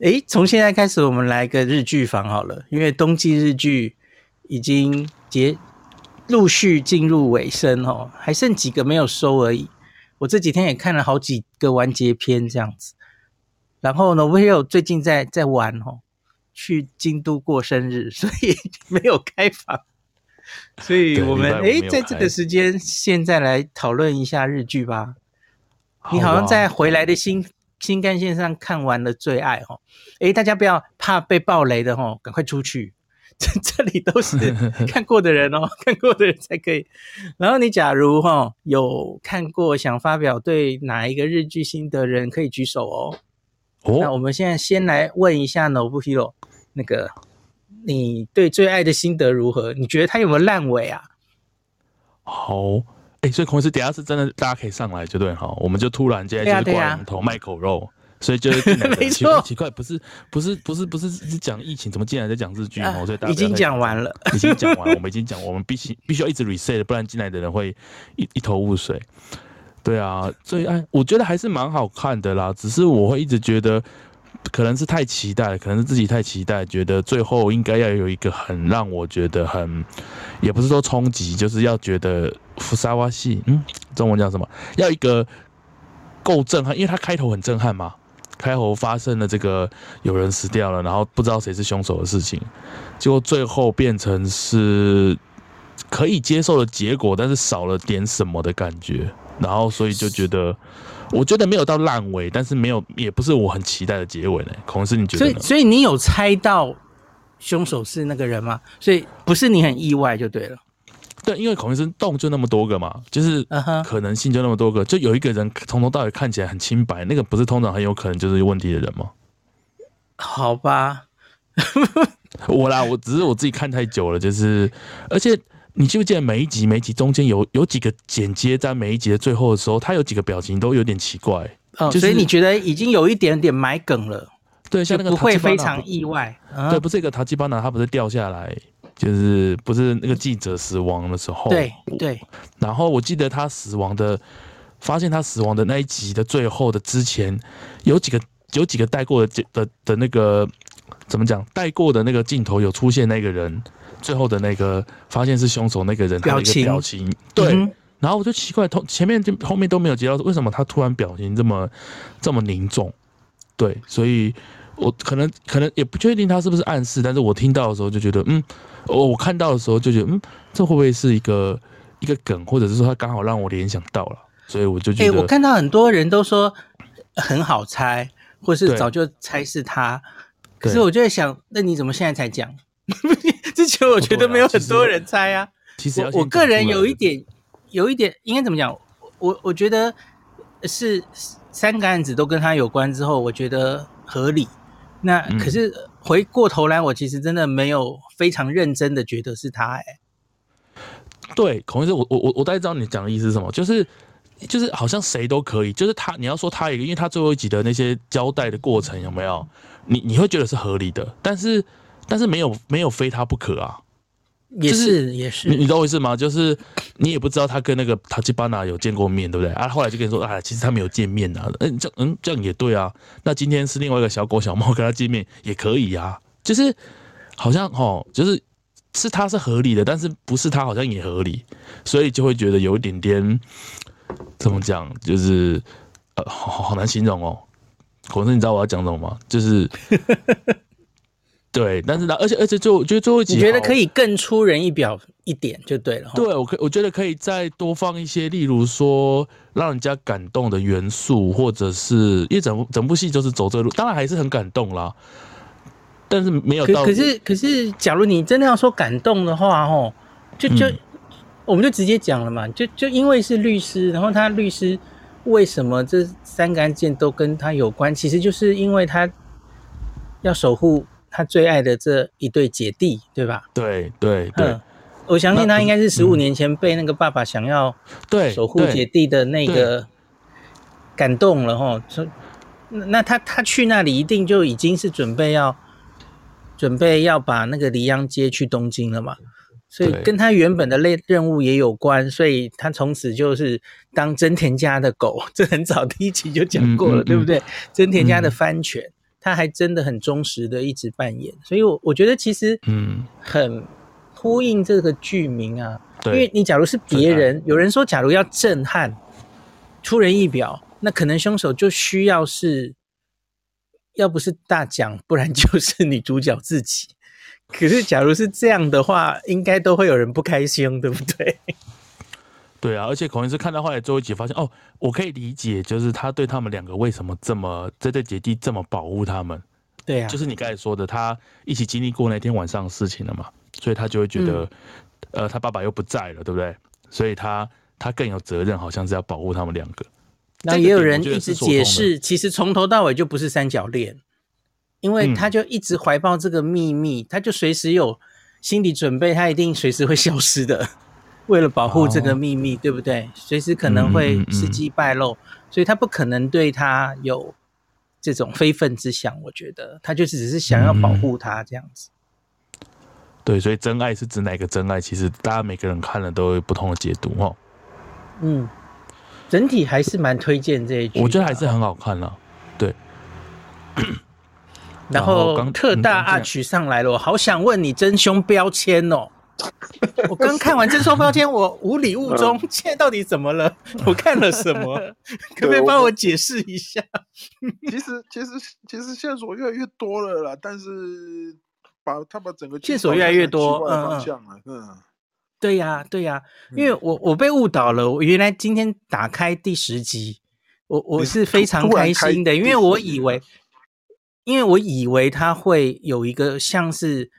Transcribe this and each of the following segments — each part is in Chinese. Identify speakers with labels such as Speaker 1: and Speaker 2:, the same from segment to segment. Speaker 1: 诶，从现在开始我们来个日剧房好了，因为冬季日剧已经结陆续进入尾声哦，还剩几个没有收而已。我这几天也看了好几个完结篇这样子，然后呢，我也有最近在在玩哦，去京都过生日，所以没有开房。所以
Speaker 2: 对
Speaker 1: 我
Speaker 2: 礼
Speaker 1: 们
Speaker 2: 拜五没
Speaker 1: 诶，
Speaker 2: 有
Speaker 1: 在这
Speaker 2: 开
Speaker 1: 个时间现在来讨论一下日剧吧。你好像
Speaker 2: 啊
Speaker 1: 在回来的哦新新干线上看完了《最爱》哦，诶，大家不要怕被暴雷的哦，赶快出去，这 这里都是看过的人哦，看过的人才可以。然后你假如哈、哦、有看过想发表对哪一个日剧心得的人，可以举手哦。那我
Speaker 2: 哦，
Speaker 1: 们现在先来问一下 Nobu Hiro，那个你对《最爱》的心得如何？你觉得它有没有烂尾啊？
Speaker 2: 好，哎、所以孔医师，等一下是真的，大家可以上来就对好，我们就突然间
Speaker 1: 对
Speaker 2: 就
Speaker 1: 啊
Speaker 2: 是挂
Speaker 1: 对啊
Speaker 2: 羊头卖狗肉，所以就 是进来的
Speaker 1: 没
Speaker 2: 奇怪
Speaker 1: 错
Speaker 2: 奇怪，不是不是不是不是是讲疫情，怎么进来在讲日剧哦？
Speaker 1: 啊
Speaker 2: 所以大家
Speaker 1: 已经讲完
Speaker 2: 了，
Speaker 1: 了，
Speaker 2: 已经讲完了，我们已经讲，我们 必须必须要一直 reset，不然进来的人会一一头雾水。对啊，最爱我觉得还是蛮好看的啦，只是我会一直觉得可能是太期待了，可能是自己太期待，觉得最后应该要有一个很让我觉得很，也不是说冲击，就是要觉得福沙瓦系，嗯，中文叫什么？要一个够震撼，因为它开头很震撼嘛，开头发生了这个有人死掉了，然后不知道谁是凶手的事情，结果最后变成是可以接受的结果，但是少了点什么的感觉，然后所以就觉得。我觉得没有到烂尾，但是没有，也不是我很期待的结尾呢。孔师，你觉
Speaker 1: 所
Speaker 2: 得
Speaker 1: 以
Speaker 2: 呢？
Speaker 1: 所以你有猜到凶手是那个人吗？所以不是你很意外就对了。
Speaker 2: 对，因为孔医生洞就那么多个嘛，就是
Speaker 1: 嗯哼，
Speaker 2: 可能性就那么多个，就有一个人从头到尾看起来很清白，那个不是通常很有可能就是有问题的人吗？
Speaker 1: 好吧，
Speaker 2: 我啦，我只是我自己看太久了，就是而且。你记不记得每一集每一集中间有有几个剪接，在每一集的最后的时候，他有几个表情都有点奇怪。
Speaker 1: 哦，
Speaker 2: 就是
Speaker 1: 所以你觉得已经有一点点埋梗了，
Speaker 2: 对，
Speaker 1: 就
Speaker 2: 像那个
Speaker 1: 不会
Speaker 2: 塔吉巴
Speaker 1: 非
Speaker 2: 纳
Speaker 1: 常意外。
Speaker 2: 对，
Speaker 1: 嗯，
Speaker 2: 不是一个塔吉巴纳，他不是掉下来，就是不是那个记者死亡的时候，
Speaker 1: 对对，
Speaker 2: 然后我记得他死亡的，发现他死亡的那一集的最后的之前，有几个有几个带过的的的那个怎么讲，带过的那个镜头有出现那个人，最后的那个发现是凶手那个人他的一个
Speaker 1: 表
Speaker 2: 表情，对。
Speaker 1: 嗯
Speaker 2: 然后我就奇怪，头前面就后面都没有接到，为什么他突然表情这么这么凝重？对，所以我可能可能也不确定他是不是暗示，但是我听到的时候就觉得，嗯，我我看到的时候就觉得，嗯，这会不会是一个一个梗，或者是说他刚好让我联想到了，所以我就
Speaker 1: 哎、
Speaker 2: 觉得，
Speaker 1: 我看到很多人都说很好猜，或是
Speaker 2: 对
Speaker 1: 早就猜是他，可
Speaker 2: 对
Speaker 1: 是我就在想，那你怎么现在才讲？ 之前我觉得没有很多人猜啊。
Speaker 2: 其实要
Speaker 1: 我我
Speaker 2: 先讲
Speaker 1: 个人
Speaker 2: 出来
Speaker 1: 有一
Speaker 2: 的，
Speaker 1: 点，有一点应该怎么讲？我我觉得是三个案子都跟他有关之后，我觉得合理。那
Speaker 2: 嗯
Speaker 1: 可是回过头来，我其实真的没有非常认真的觉得是他、哎，
Speaker 2: 对，孔医生，我我我我大概知道你讲的意思是什么，就是。就是好像谁都可以，就是他，你要说他一个，因为他最后一集的那些交代的过程有没有，你你会觉得是合理的，但是但是没有没有非他不可啊，
Speaker 1: 也
Speaker 2: 就是
Speaker 1: 是也
Speaker 2: 你
Speaker 1: 是，
Speaker 2: 你懂我意思吗？就是你也不知道他跟那个塔吉巴纳有见过面，对不对？啊，后来就跟你说，啊，其实他们有见面啊。嗯，这样嗯这样也对啊。那今天是另外一个小狗小猫跟他见面也可以啊。就是好像哦，就是是他是合理的，但是不是他好像也合理，所以就会觉得有一点点怎么讲，就是呃，好好好难形容哦。孔生，你知道我要讲什么吗？就是 对，但是呢，而且而且最后我觉得最后一集
Speaker 1: 你觉得
Speaker 2: 好
Speaker 1: 可以更出人意表一点就对了。，
Speaker 2: 对，我可我觉得可以再多放一些，例如说让人家感动的元素，或者是因为整部整部戏就是走这路，当然还是很感动啦，但是没有
Speaker 1: 可
Speaker 2: 到
Speaker 1: 可是可是，假如你真的要说感动的话，哦，就就、
Speaker 2: 嗯
Speaker 1: 我们就直接讲了嘛，就就因为是律师，然后他律师为什么这三个案件都跟他有关？其实就是因为他要守护他最爱的这一对姐弟，对吧？
Speaker 2: 对对对
Speaker 1: 嗯，我相信
Speaker 2: 那
Speaker 1: 他
Speaker 2: 可嗯
Speaker 1: 应该是十五年前被那个爸爸想要
Speaker 2: 对，
Speaker 1: 守护
Speaker 2: 对
Speaker 1: 姐弟的那个感动了哈。所以那那他他去那里一定就已经是准备要准备要把那个黎阳接去东京了嘛，所以
Speaker 2: 对
Speaker 1: 跟他原本的类任务也有关，所以他从此就是 当真田家的狗，这很早第一集就讲过了，
Speaker 2: 嗯嗯
Speaker 1: 对不对？真田家的
Speaker 2: 嗯
Speaker 1: 番犬，他还真的很忠实的一直扮演，所以我我觉得其实
Speaker 2: 嗯，
Speaker 1: 很呼应这个剧名啊，因为
Speaker 2: 对，
Speaker 1: 你假如是别人，有人说假如要震撼、出人意表，那可能凶手就需要是，要不是大奖，不然就是女主角自己。可是假如是这样的话，应该都会有人不开心，对不对？
Speaker 2: 对啊，而且孔医师看到后来最后一集，发现哦，我可以理解，就是他对他们两个为什么这么这对姐弟这么保护他们，
Speaker 1: 对啊，
Speaker 2: 就是你刚才说的，他一起经历过那天晚上的事情了嘛，所以他就会觉
Speaker 1: 嗯
Speaker 2: 得，呃，他爸爸又不在了，对不对？所以他他更有责任，好像是要保护他们两个。
Speaker 1: 那
Speaker 2: 这个
Speaker 1: 也有
Speaker 2: 点我
Speaker 1: 人
Speaker 2: 觉得
Speaker 1: 一
Speaker 2: 是
Speaker 1: 直
Speaker 2: 说通
Speaker 1: 解
Speaker 2: 的
Speaker 1: 释，其实从头到尾就不是三角恋，因为
Speaker 2: 嗯
Speaker 1: 他就一直怀抱这个秘密，他就随时有心理准备，他一定随时会消失的。为了保护这个
Speaker 2: 哦
Speaker 1: 秘密，对不对？随时可能
Speaker 2: 嗯
Speaker 1: 会
Speaker 2: 嗯嗯
Speaker 1: 事机败露，所以他不可能对他有这种非分之想。我觉得他就只是想要
Speaker 2: 嗯
Speaker 1: 保护他这样子。
Speaker 2: 对，所以真爱是指哪个真爱？其实大家每个人看了都有不同的解读哦。
Speaker 1: 嗯，整体还是蛮推荐这一剧的啊，
Speaker 2: 我觉得还是很好看了。
Speaker 1: 然
Speaker 2: 然后
Speaker 1: 后
Speaker 2: 刚
Speaker 1: 特大
Speaker 2: 嗯刚进来
Speaker 1: R 曲上来了，我好想问你真凶标签哦。我刚看完真凶标签，我无礼物中， 现在到底怎么了？我看了什么？可不可以帮我解释一下？
Speaker 3: 其实其实其实线索越来越多了啦，但是把他把整个剧
Speaker 1: 线索
Speaker 3: 导
Speaker 1: 越来
Speaker 3: 向
Speaker 1: 越
Speaker 3: 很奇
Speaker 1: 多
Speaker 3: 怪的
Speaker 1: 嗯嗯
Speaker 3: 方向了，嗯，
Speaker 1: 对呀、对呀、因为我我被误导了。我原来今天打开第十集，我我
Speaker 3: 你
Speaker 1: 是非
Speaker 3: 突
Speaker 1: 常
Speaker 3: 突然
Speaker 1: 开
Speaker 3: 开
Speaker 1: 心的，因
Speaker 3: 第
Speaker 1: 为我
Speaker 3: 十集
Speaker 1: 以
Speaker 3: 了
Speaker 1: 为，因为我以为他会有一个像是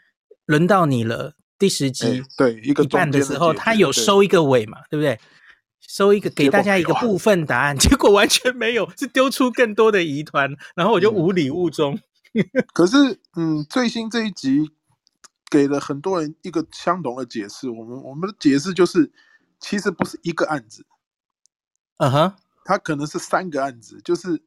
Speaker 1: 轮到你了第十
Speaker 3: 哎
Speaker 1: 集
Speaker 3: 对，一个
Speaker 1: 一半
Speaker 3: 中间
Speaker 1: 时候，
Speaker 3: 结
Speaker 1: 他
Speaker 3: 局
Speaker 1: 有
Speaker 3: 对
Speaker 1: 收一个尾嘛，对不对？收一个给
Speaker 3: 结果
Speaker 1: 大家一个
Speaker 3: 没有啊
Speaker 1: 部分答案， 结果完全没有，是丢出更多的疑团，然后我就
Speaker 3: 嗯
Speaker 1: 无礼物中。
Speaker 3: 可是，嗯，最新这一集给了很多人一个相同的解释。我们我们的解释就是，其实不是一个案子，
Speaker 1: 嗯哼，
Speaker 3: 它可能是三个案子，就是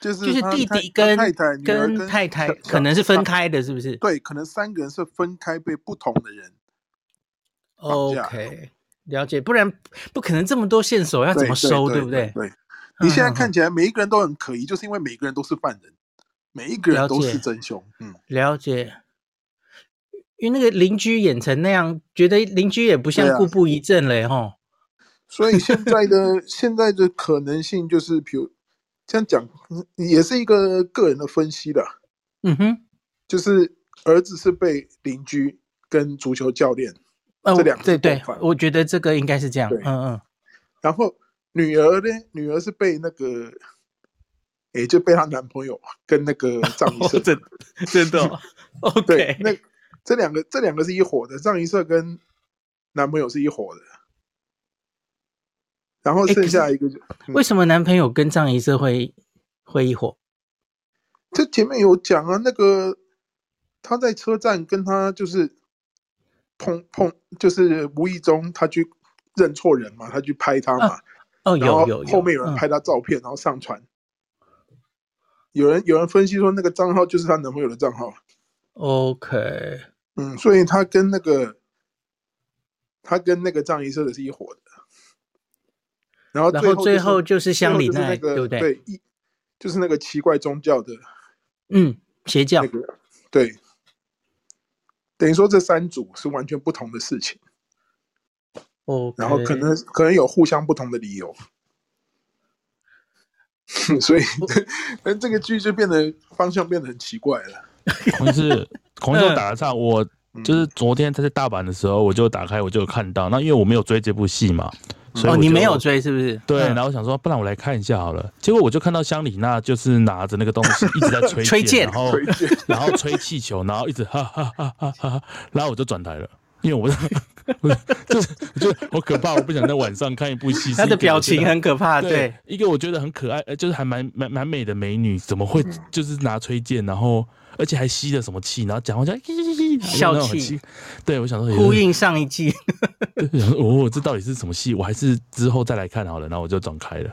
Speaker 3: 就是
Speaker 1: 就是
Speaker 3: 他
Speaker 1: 弟
Speaker 3: 太
Speaker 1: 弟
Speaker 3: 他
Speaker 1: 跟
Speaker 3: 太太女儿
Speaker 1: 跟
Speaker 3: 跟
Speaker 1: 太太
Speaker 3: 小
Speaker 1: 可能是分
Speaker 3: 小
Speaker 1: 开的，是不是
Speaker 3: 对，可能三个人是分开被不同的人。绑架
Speaker 1: ？OK，了解，不然不可能这么多线索要怎么收，
Speaker 3: 对
Speaker 1: 不
Speaker 3: 对
Speaker 1: 对？
Speaker 3: 对， 你现
Speaker 1: 嗯
Speaker 3: 在
Speaker 1: 嗯嗯
Speaker 3: 看起来每一个人都很可疑，就是因为每个人都是犯人，每一个
Speaker 1: 了
Speaker 3: 人都
Speaker 1: 解
Speaker 3: 是真凶。嗯，
Speaker 1: 了解。因为那个邻居演成那样，觉得邻居也不
Speaker 3: 对
Speaker 1: 像
Speaker 3: 啊
Speaker 1: 故布疑阵了耶，吼。
Speaker 3: 所以现在的现在的可能性就是，比如这样讲，嗯也是一个个人的分析的，
Speaker 1: 嗯哼，
Speaker 3: 就是儿子是被邻居跟足球教练，
Speaker 1: 呃，
Speaker 3: 这
Speaker 1: 我
Speaker 3: 两个
Speaker 1: 对
Speaker 3: 是共
Speaker 1: 对
Speaker 3: 犯，
Speaker 1: 我觉得这个应该是这样
Speaker 3: 对。
Speaker 1: 嗯嗯，
Speaker 3: 然后女儿呢，女儿是被那个，也就被她男朋友跟那个藏医社，
Speaker 1: 哦真真的 哦
Speaker 3: 对
Speaker 1: ，OK，，
Speaker 3: 那这两个这两个是一伙的，藏医社跟男朋友是一伙的。然后
Speaker 1: 诶可
Speaker 3: 剩
Speaker 1: 是
Speaker 3: 下一个就，嗯
Speaker 1: 为什么男朋友跟张仪社会会一伙？
Speaker 3: 这前面有讲啊，那个他在车站跟他就是碰碰，就是无意中他去认错人嘛，他去拍他嘛，
Speaker 1: 哦，
Speaker 3: 然后
Speaker 1: 有有有，
Speaker 3: 后面有人拍他照片，然后上传。有人有人分析说，那个账号就是她男朋友的账号，
Speaker 1: 嗯 OK，
Speaker 3: 嗯，所以他跟那个他跟那个藏医社的是一伙的。然后
Speaker 1: 然
Speaker 3: 最
Speaker 1: 后
Speaker 3: 后
Speaker 1: 最
Speaker 3: 就是
Speaker 1: 后就是
Speaker 3: 最
Speaker 1: 乡
Speaker 3: 后
Speaker 1: 里
Speaker 3: 就是
Speaker 1: 奈，
Speaker 3: 那个
Speaker 1: 对不对？
Speaker 3: 对，一就是那个奇怪宗教的
Speaker 1: 嗯，邪教
Speaker 3: 那个对，等于说这三组是完全不同的事情，
Speaker 1: ，OK，
Speaker 3: 然后可能可能有互相不同的理由， 所以但这个剧就变得方向变得很奇怪了。
Speaker 2: 孔 医师，孔医师我打个岔，我
Speaker 3: 嗯
Speaker 2: 就是昨天他在大阪的时候，我就打开我就有看到，那因为我没有追这部戏嘛，所
Speaker 1: 哦，
Speaker 2: 以我
Speaker 1: 你
Speaker 2: 就
Speaker 1: 没有追是不是？
Speaker 2: 对，
Speaker 1: 嗯
Speaker 2: 然后我想说，不然我来看一下好了。结果我就看到香里娜就是拿着那个东 西一直在吹
Speaker 1: 吹箭
Speaker 2: 箭，然后
Speaker 3: 推荐
Speaker 2: 然后吹气球，然后一直哈哈哈哈哈哈，然后我就转台了，因为我 我就是就好可怕，我不想在晚上看一部戏。
Speaker 1: 他的
Speaker 2: 是一个
Speaker 1: 表
Speaker 2: 我觉得
Speaker 1: 情很可怕，
Speaker 2: 对
Speaker 1: 对，，
Speaker 2: 一个我觉得很可爱，呃，就是还蛮蛮蛮美的美女，怎么
Speaker 1: 嗯
Speaker 2: 会就是拿吹剑，然后而且还吸了什么气，然后讲话就嘻嘻嘻，
Speaker 1: 笑
Speaker 2: 那种很
Speaker 1: 气
Speaker 2: 奇，对我想说也是
Speaker 1: 呼应上一季，
Speaker 2: 对想说 哦，这到底是什么戏？我还是之后再来看好了，然后我就转开了。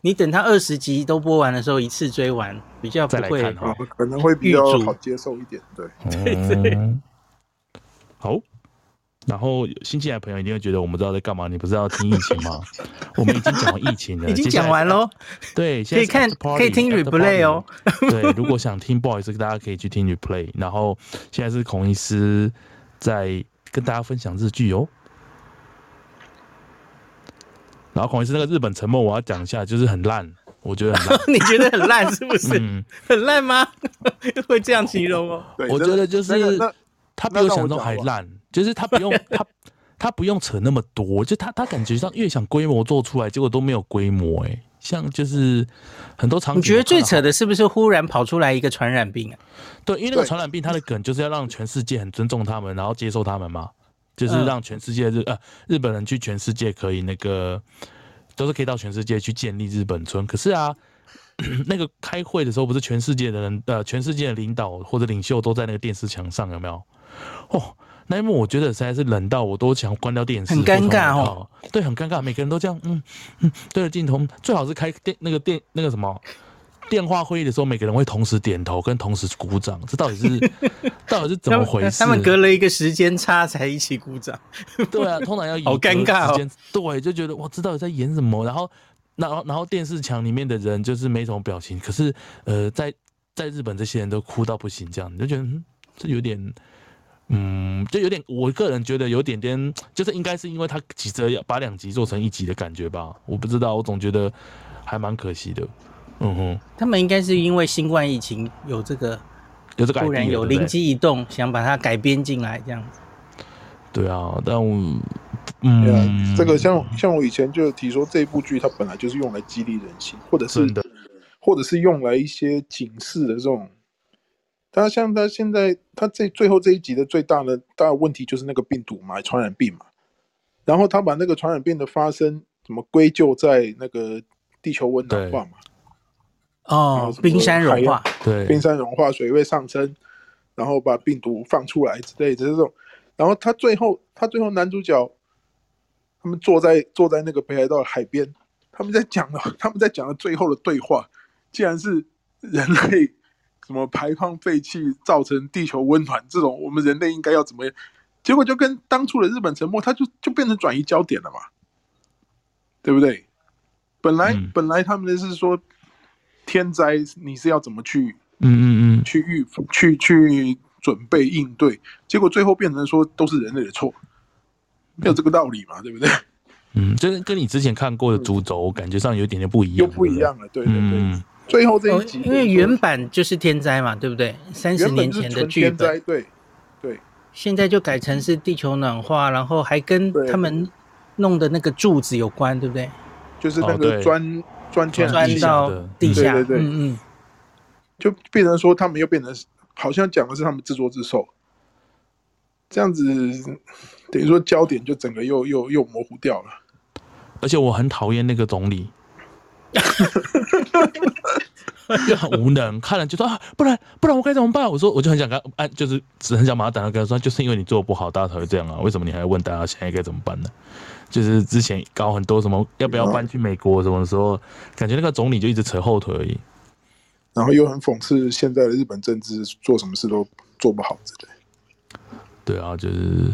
Speaker 1: 你等他二十集都播完的时候一次追完，比较不
Speaker 2: 再来
Speaker 1: 会
Speaker 2: 看哦
Speaker 3: 啊
Speaker 2: 哈，
Speaker 3: 可能会比
Speaker 1: 狱
Speaker 3: 较
Speaker 1: 卒 嗯
Speaker 3: 好接受一点。对，
Speaker 2: 嗯，好，然后新进来的朋友一定会觉得我们知道在干嘛，你不是要听疫情 吗？我们已经讲完疫情了，
Speaker 1: 已经讲完
Speaker 2: 喽。
Speaker 1: 喽，
Speaker 2: 对，
Speaker 1: 可以看可以听 replay 哦。
Speaker 2: 对，如果想听，不好意思，大家可以去听 replay。然后现在是孔医师在跟大家分享日剧哦。然后孔医师那个日本沉默，我要讲一下，就是很烂，我觉得很 烂。
Speaker 1: 你觉得很烂是不是？
Speaker 2: 嗯，
Speaker 1: 很烂吗？ 会这样形容哦？
Speaker 3: 对
Speaker 2: 我觉得就是
Speaker 3: 那个那
Speaker 2: 他比我想中还烂，就是他不 用他他不用扯那么多，就他他感觉上越想规模做出来，结果都没有规模哎、像就是很多场景
Speaker 1: 你觉得最扯
Speaker 2: 我看到
Speaker 1: 的是不是忽然跑出来一个传染病啊？
Speaker 2: 对，因为那个
Speaker 3: 对
Speaker 2: 传染病它的梗就是要让全世界很尊重他们，然后接受他们嘛，就是
Speaker 1: 嗯
Speaker 2: 让全世界日、呃日本人去全世界可以那个都是可以到全世界去建立日本村。可是啊， 那个开会的时候不是全世界的人呃全世界的领导或者领袖都在那个电视墙上有没有？哦。那一幕我觉得实在是冷到我都想关掉电视，
Speaker 1: 很尴尬
Speaker 2: 我
Speaker 1: 哦
Speaker 2: 想哦。对，很尴尬，每个人都这样，嗯嗯，对着镜头，最好是开电那个电那个什么电话会议的时候，每个人会同时点头跟同时鼓掌，这到底 是到底是怎么回事？
Speaker 1: 他们隔了一个时间差才一起鼓掌。
Speaker 2: 对啊，通常要有
Speaker 1: 好尴尬哦
Speaker 2: 隔时间对，就觉得哇，这到底在演什么？然后，然后，然后电视墙里面的人就是没什么表情，可是呃，在在日本这些人都哭到不行，这样你就觉得、嗯、这有点。嗯，就有点，我个人觉得有点点，就是应该是因为他急着要把两集做成一集的感觉吧，我不知道，我总觉得还蛮可惜的。嗯哼，
Speaker 1: 他们应该是因为新冠疫情有这个
Speaker 2: 有这个
Speaker 1: 突然
Speaker 2: idea，
Speaker 1: 有
Speaker 2: 对不对
Speaker 1: 灵机一动，想把它改编进来这样子。
Speaker 2: 对啊，但我
Speaker 3: 对啊
Speaker 2: 嗯，
Speaker 3: 这个像像我以前就有提说，这部剧它本来就是用来激励人心，或者是
Speaker 2: 真的
Speaker 3: 或者是用来一些警示的这种。它像它现在它这最后这一集的最大的大的问题就是那个病毒嘛，传染病嘛。然后他把那个传染病的发生怎么归咎在那个地球温暖化嘛，
Speaker 1: 哦
Speaker 3: 嗯，
Speaker 1: 冰山融化，
Speaker 2: 对
Speaker 3: 冰山融化，水位上升，然后把病毒放出来之类的这种。然后他最后，他最后男主角他们坐在坐在那个北海道的海边，他们在讲了， 他们在讲的最后的对话，竟然是人类什么排放废气造成地球温暖这种，我们人类应该要怎么样？结果就跟当初的日本沉没，它就就变成转移焦点了嘛，对不对？本来、
Speaker 2: 嗯
Speaker 3: 本来他们的是说天灾，你是要怎么去
Speaker 2: 嗯嗯嗯，
Speaker 3: 去预去去准备应对，结果最后变成说都是人类的错，没有这个道理嘛，对不对？
Speaker 2: 嗯，就是跟你之前看过的主轴感觉上有一点点不一样，
Speaker 3: 又不一样了，对
Speaker 2: 对
Speaker 3: 对
Speaker 2: 不对，
Speaker 3: 对。
Speaker 2: 嗯，
Speaker 3: 最后这
Speaker 1: 哦
Speaker 3: 一集，
Speaker 1: 因为原版就是天灾嘛，对不对？三十
Speaker 3: 原
Speaker 1: 年
Speaker 3: 本是
Speaker 1: 前的
Speaker 3: 纯
Speaker 1: 剧
Speaker 3: 天
Speaker 1: 本
Speaker 3: 灾，，对对
Speaker 1: 现在就改成是地球暖化，然后还跟
Speaker 3: 对
Speaker 1: 他们弄的那个柱子有关，对不对？
Speaker 3: 就是那
Speaker 2: 哦
Speaker 3: 个
Speaker 2: 对
Speaker 3: 砖砖建
Speaker 2: 钻
Speaker 1: 钻
Speaker 2: 地下
Speaker 1: 到
Speaker 2: 的
Speaker 1: 地下，
Speaker 3: 对对对
Speaker 1: 嗯嗯，
Speaker 3: 就变成说他们又变成好像讲的是他们自作自受，这样子等于说焦点就整个又又又模糊掉了。
Speaker 2: 而且我很讨厌那个总理。就很无能，看了就说啊，不然不然我该怎么办？我说我就很想跟他按、就是只很想马上打电话跟他说，就是因为你做的不好，大家才会这样啊。为什么你还要问大家现在该怎么办呢？就是之前搞很多什么要不要搬去美国什么的时候，感觉那个总理就一直扯后腿而已。
Speaker 3: 然后又很讽刺现在的日本政治做什么事都做不好之类的。
Speaker 2: 对啊，就是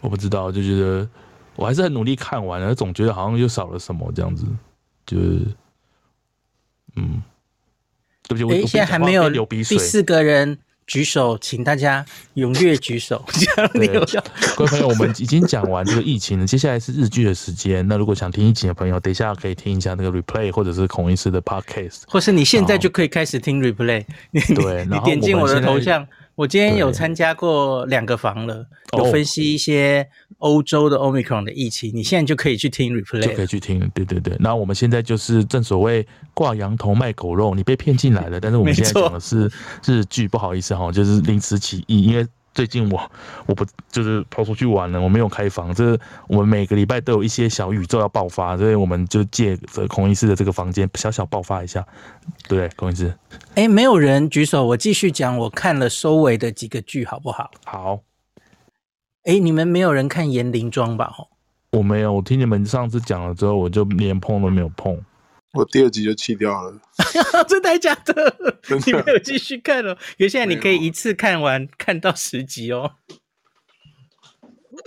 Speaker 2: 我不知道，就觉得我还是很努力看完，而总觉得好像又少了什么这样子，就是嗯，对不起，我
Speaker 1: 诶，
Speaker 2: 我
Speaker 1: 现在
Speaker 2: 边
Speaker 1: 还
Speaker 2: 讲话
Speaker 1: 没有
Speaker 2: 边流鼻
Speaker 1: 第
Speaker 2: 水。
Speaker 1: 四个人举手，请大家踊跃举手。这样你
Speaker 2: 对
Speaker 1: 有要
Speaker 2: 各位朋友，我们已经讲完这个疫情了，接下来是日剧的时间。那如果想听疫情的朋友，等一下可以听一下那个 replay 或者是孔医师的 podcast。
Speaker 1: 或是你现在就可以开始听 replay，你
Speaker 2: 哦对
Speaker 1: 你你
Speaker 2: 然后
Speaker 1: 点进
Speaker 2: 我
Speaker 1: 我
Speaker 2: 们
Speaker 1: 的
Speaker 2: 现在
Speaker 1: 头像。我今天有
Speaker 2: 对
Speaker 1: 参加过两个房了，有
Speaker 2: 哦
Speaker 1: 分析一些欧洲的 Omicron 的疫情，你现在就可以去听
Speaker 2: 就可
Speaker 1: replay
Speaker 2: 以
Speaker 1: 了。
Speaker 2: 去听，对对对。那我们现在就是正所谓挂羊头卖狗肉，你被骗进来了。但是我们
Speaker 1: 没
Speaker 2: 现
Speaker 1: 错
Speaker 2: 在讲的是日剧，不好意思哈，就是临时起意，因为最近我我不就是跑出去玩了，我没有开房，这我们每个礼拜都有一些小宇宙要爆发，所以我们就借着孔医师的这个房间小小爆发一下，对不对，孔医师？
Speaker 1: 哎，没有人举手，我继续讲我看了收尾的几个剧，好不好？
Speaker 2: 好，
Speaker 1: 哎，你们没有人看《严陵庄》吧？哦吼，
Speaker 2: 我没有，我听你们上次讲了之后，我就连碰都没有碰。
Speaker 3: 我第二集就弃掉了，
Speaker 1: 真的还假的？
Speaker 3: 真
Speaker 1: 你没
Speaker 3: 的
Speaker 1: 有继续哦 看哦，原现在你可
Speaker 3: 没
Speaker 1: 以
Speaker 3: 有
Speaker 1: 一次看完看到十集哦。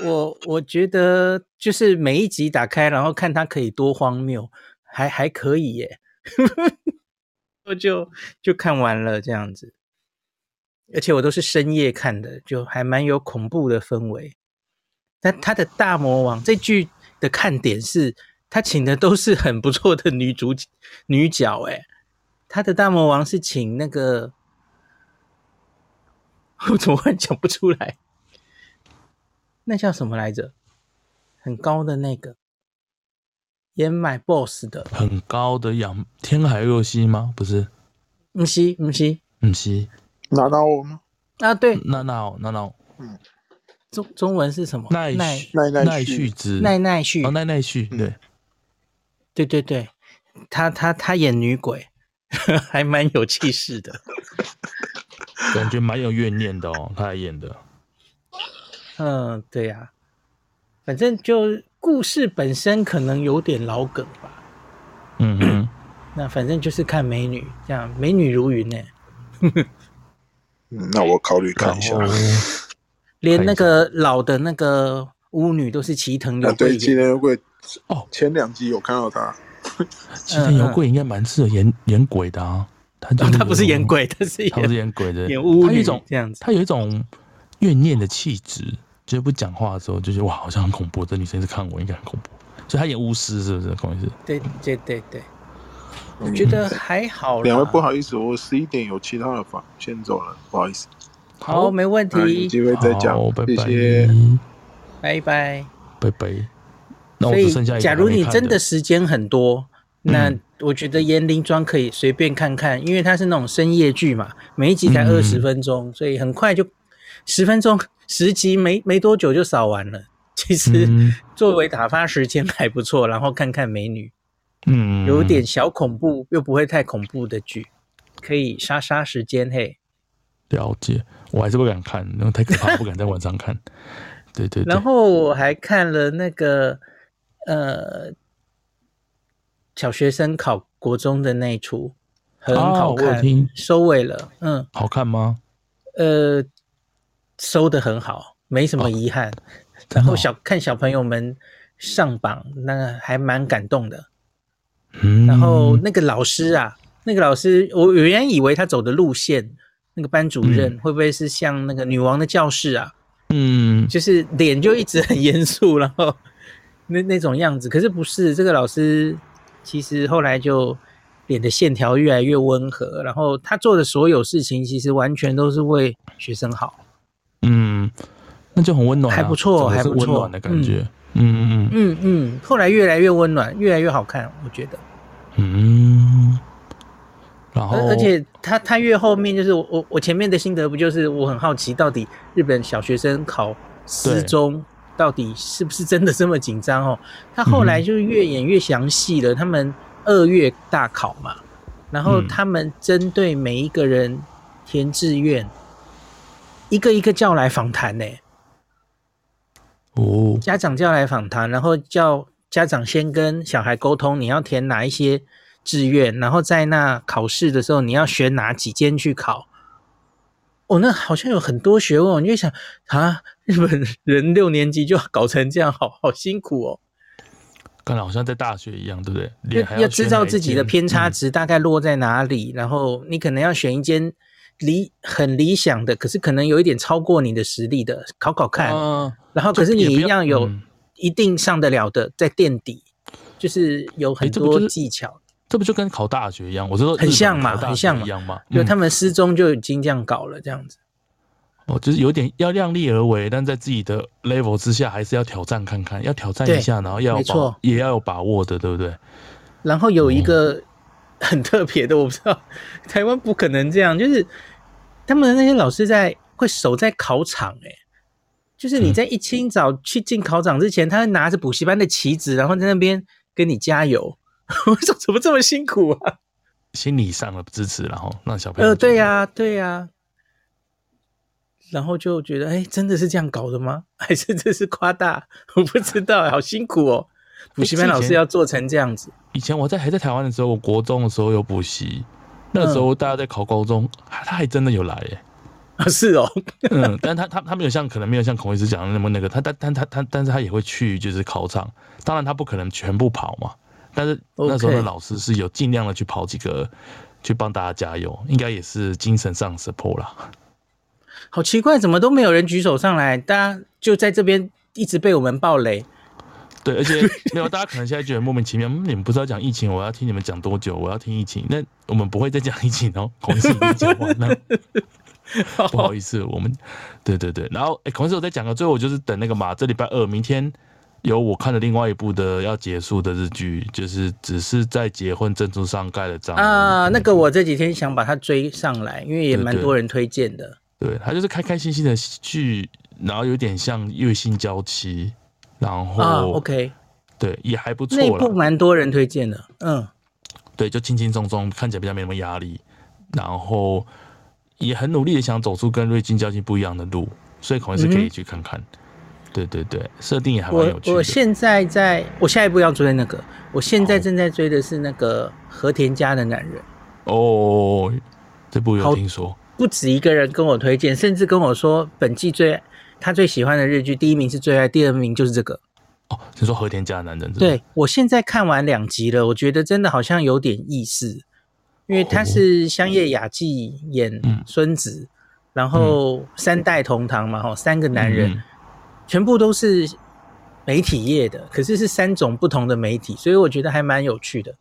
Speaker 1: 我我觉得就是每一集打开，然后看它可以多荒谬，还还可以耶， 我就就看完了这样子，而且我都是深夜看的，就还蛮有恐怖的氛围。但他的大魔王这剧的看点是，他请的都是很不错的女主女角，哎，他的大魔王是请那个， 我怎么会讲不出来？那叫什么来着？很高的那个，也买 BOSS 的，
Speaker 2: 很高的仰天海佑希吗？不是，
Speaker 1: 不是不是
Speaker 2: 嗯，是
Speaker 3: 拿到我吗？
Speaker 1: 啊，对，
Speaker 2: 那那那那
Speaker 1: 中中文是什么？
Speaker 2: 奈
Speaker 1: 奈
Speaker 2: 奈
Speaker 3: 奈
Speaker 2: 奈
Speaker 3: 绪
Speaker 2: 绪之
Speaker 1: 奈奈绪
Speaker 2: 哦，奈奈绪
Speaker 3: 嗯
Speaker 1: 对
Speaker 2: 对，
Speaker 1: 对对，她她她演女鬼， 还蛮有气势 的。
Speaker 2: 感觉蛮有怨念的哦，他演的。
Speaker 1: 嗯，对呀、反正就故事本身可能有点老梗吧。
Speaker 2: 嗯哼，
Speaker 1: 那反正就是看美女，这样美女如云呢、
Speaker 3: 嗯，那我考虑看一下。
Speaker 2: 然后
Speaker 1: 连那个老的那个巫女都是齐藤
Speaker 3: 啊
Speaker 1: 有，贵
Speaker 3: 对，今
Speaker 1: 演。
Speaker 3: 天会
Speaker 2: 哦，
Speaker 3: 前两集有看到他，
Speaker 2: 吉田有贵应该蛮适合演演鬼的啊，他就
Speaker 1: 哦
Speaker 2: 是
Speaker 1: 她不是演鬼，她是
Speaker 2: 他不是
Speaker 1: 演
Speaker 2: 演鬼的，
Speaker 1: 演巫
Speaker 2: 他有
Speaker 1: 女
Speaker 2: 一种
Speaker 1: 这样子。
Speaker 2: 他有一种怨念的气质，就是不讲话的时候，就觉得哇，好像很恐怖。这女生是看我，应该很恐怖。所以他演巫师是不是？孔医师，
Speaker 1: 对对对对，我觉得还好啦。
Speaker 3: 嗯两位不好意思，我十一点有其他的房，先走了，不好意思，
Speaker 1: 好，没问
Speaker 3: 啊，有机
Speaker 1: 题，
Speaker 3: 会再讲
Speaker 2: 好，，拜
Speaker 3: 谢
Speaker 2: 拜，
Speaker 3: 谢。
Speaker 1: 拜拜。
Speaker 2: 拜拜。那我
Speaker 1: 所
Speaker 2: 只
Speaker 1: 以
Speaker 2: 剩下一个
Speaker 1: 假
Speaker 2: 还
Speaker 1: 如
Speaker 2: 没
Speaker 1: 你
Speaker 2: 看
Speaker 1: 真的时间很多，那
Speaker 2: 嗯
Speaker 1: 我觉得《岩林庄》可以随便看看，因为它是那种深夜剧嘛，每一集才二十
Speaker 2: 嗯
Speaker 1: 分钟，所以很快就十分钟十集没没多久就扫完了。其实
Speaker 2: 嗯
Speaker 1: 作为打发时间还不错，然后看看美女，
Speaker 2: 嗯，
Speaker 1: 有点小恐怖又不会太恐怖的剧，可以杀杀时间嘿。
Speaker 2: 了解，我还是不敢看，因为太可 怕，不敢在晚上看。对对对，
Speaker 1: 然后我还看了那个呃小学生考国中的那一出，很好
Speaker 2: 哦我有
Speaker 1: 看，
Speaker 2: 听
Speaker 1: 收尾了，嗯
Speaker 2: 好看吗？
Speaker 1: 呃，收的很好，没
Speaker 2: 哦
Speaker 1: 什么遗憾。然后小看小朋友们上榜，那个还蛮感动的。
Speaker 2: 嗯，
Speaker 1: 然后那个老师啊，那个老师，我原来以为他走的路线，那个班主任会不会是像那个女王的教室啊？
Speaker 2: 嗯，
Speaker 1: 就是脸就一直很严肃，然后那那种样子。可是不是这个老师，其实后来就脸的线条越来越温和，然后他做的所有事情其实完全都是为学生好。
Speaker 2: 嗯，那就很温暖啊，
Speaker 1: 还不错
Speaker 2: 整个是
Speaker 1: 还不错
Speaker 2: 温暖的感觉。嗯嗯
Speaker 1: 嗯嗯，后来越来越温暖，越来越好看，我觉得。
Speaker 2: 嗯，然后
Speaker 1: 而而且他他越后面就是我我我前面的心得不就是我很好奇到底日本小学生考失踪到底是不是真的这么紧张哦？他后
Speaker 2: 嗯
Speaker 1: 来就是越演越详细了，他们二月大考嘛，然后
Speaker 2: 嗯
Speaker 1: 他们针对每一个人填志愿，一个一个叫来访谈呢、
Speaker 2: 哦，
Speaker 1: 家长叫来访谈，然后叫家长先跟小孩沟通，你要填哪一些志愿，然后在那考试的时候你要选哪几间去考。哦，那好像有很多学问哦，你就想啊，日本人六年级就搞成这样，好好辛苦哦，
Speaker 2: 看来好像在大学一样，对不对？
Speaker 1: 要
Speaker 2: 脸还
Speaker 1: 要
Speaker 2: 圈
Speaker 1: 知道
Speaker 2: 哪一
Speaker 1: 自己的
Speaker 2: 间
Speaker 1: 偏差
Speaker 2: 嗯
Speaker 1: 值大概落在哪里，然后你可能要选一间理很理想的，可是可能有一点超过你的实力的，考考看。
Speaker 2: 啊
Speaker 1: 然后可
Speaker 2: 这
Speaker 1: 是你
Speaker 2: 也不
Speaker 1: 一
Speaker 2: 要
Speaker 1: 样有
Speaker 2: 嗯
Speaker 1: 一定上得了的，在垫底，就是有很
Speaker 2: 诶哎这不就
Speaker 1: 多
Speaker 2: 是
Speaker 1: 技巧。
Speaker 2: 这不就跟考大学一样？我是说日本
Speaker 1: 很像嘛
Speaker 2: 考大
Speaker 1: 很
Speaker 2: 学
Speaker 1: 像嘛
Speaker 2: 一样嘛。
Speaker 1: 就
Speaker 2: 嗯
Speaker 1: 他们失踪就已经这样搞了，这样子。
Speaker 2: 哦，就是有点要量力而为，但在自己的 level 之下，还是要挑战看看，要挑战
Speaker 1: 对
Speaker 2: 一下，然后要有
Speaker 1: 没错
Speaker 2: 把也要有把握的，对不对？
Speaker 1: 然后有一
Speaker 2: 哦
Speaker 1: 个很特别的，我不知道 台湾不可能这样，就是他们的那些老师在会守在考场、欸，就是你在一清早去进考场之前，他会拿着补习班的旗子，然后在那边跟你加油。 我说怎么这么辛苦啊？
Speaker 2: 心理上的支持，然后让小朋友
Speaker 1: 呃，对
Speaker 2: 觉
Speaker 1: 呀、
Speaker 2: 得
Speaker 1: 对呀、然后就觉得，哎，真的是这样搞的吗？ 还是这是夸大？ 我不知 道，好辛苦哦。补习班老师要做成这样子，
Speaker 2: 以前我在还在台湾的时候，我
Speaker 1: 嗯
Speaker 2: 国中的时候有补习，那时候大家在考高中，啊他还真的有来耶，
Speaker 1: 啊是哦，
Speaker 2: 嗯，但他他他没有像可能没有像孔医师讲的那么那个，他但但他他但是他也会去就是考场，当然他不可能全部跑嘛，但是那时候的
Speaker 1: OK
Speaker 2: 老师是有尽量的去跑几个，去帮大家加油，应该也是精神上 support 啦。
Speaker 1: 好奇怪，怎么都没有人举手上来，大家就在这边一直被我们暴雷。
Speaker 2: 对，而且没有大家可能现在觉得莫名其妙，嗯你们不是要讲疫情，我要听你们讲多久？我要听疫情，那我们不会再讲疫情哦，孔医师已经讲 完了。不好意思，我们对对对，然后哎，孔老师我再讲个，最后我就是等那个嘛，这礼拜二明天有我看的另外一部的要结束的日剧，就是只是在结婚证书上盖了章
Speaker 1: 啊，那个我这几天想把它追上来，因为也
Speaker 2: 对
Speaker 1: 蛮
Speaker 2: 对
Speaker 1: 多人推荐的。
Speaker 2: 对他就是开开心心的去，然后有点像月薪娇妻，然后、
Speaker 1: 啊，OK，
Speaker 2: 对也还哦不错
Speaker 1: 那一部
Speaker 2: 啦，
Speaker 1: 蛮多人推荐的。嗯，
Speaker 2: 对就轻轻松松，看起来比较没那么压力，然后也很努力的想走出跟月薪娇妻不一样的路，所以孔老师可以去看看。对对对，设定也还蛮有
Speaker 1: 嗯我
Speaker 2: 趣的。
Speaker 1: 我现在在，我下一部要追那个，我现在正在追的是那个和田家的男人。
Speaker 2: 哦，这部
Speaker 1: 好
Speaker 2: 有听说，
Speaker 1: 不止一个人跟我推荐，甚至跟我说本季最他最喜欢的日剧，第一名是《最爱》，第二名就是这个。
Speaker 2: 哦，你说和田家的男人是不是，
Speaker 1: 对我现在看完两集了，我觉得真的好像有点意思，因为他是香叶雅纪演
Speaker 2: 嗯
Speaker 1: 孙子，然后三代同堂嘛，吼，三个男人、
Speaker 2: 嗯
Speaker 1: 全部都是媒体业的，可是是三种不同的媒体，所以我觉得还蛮有趣的。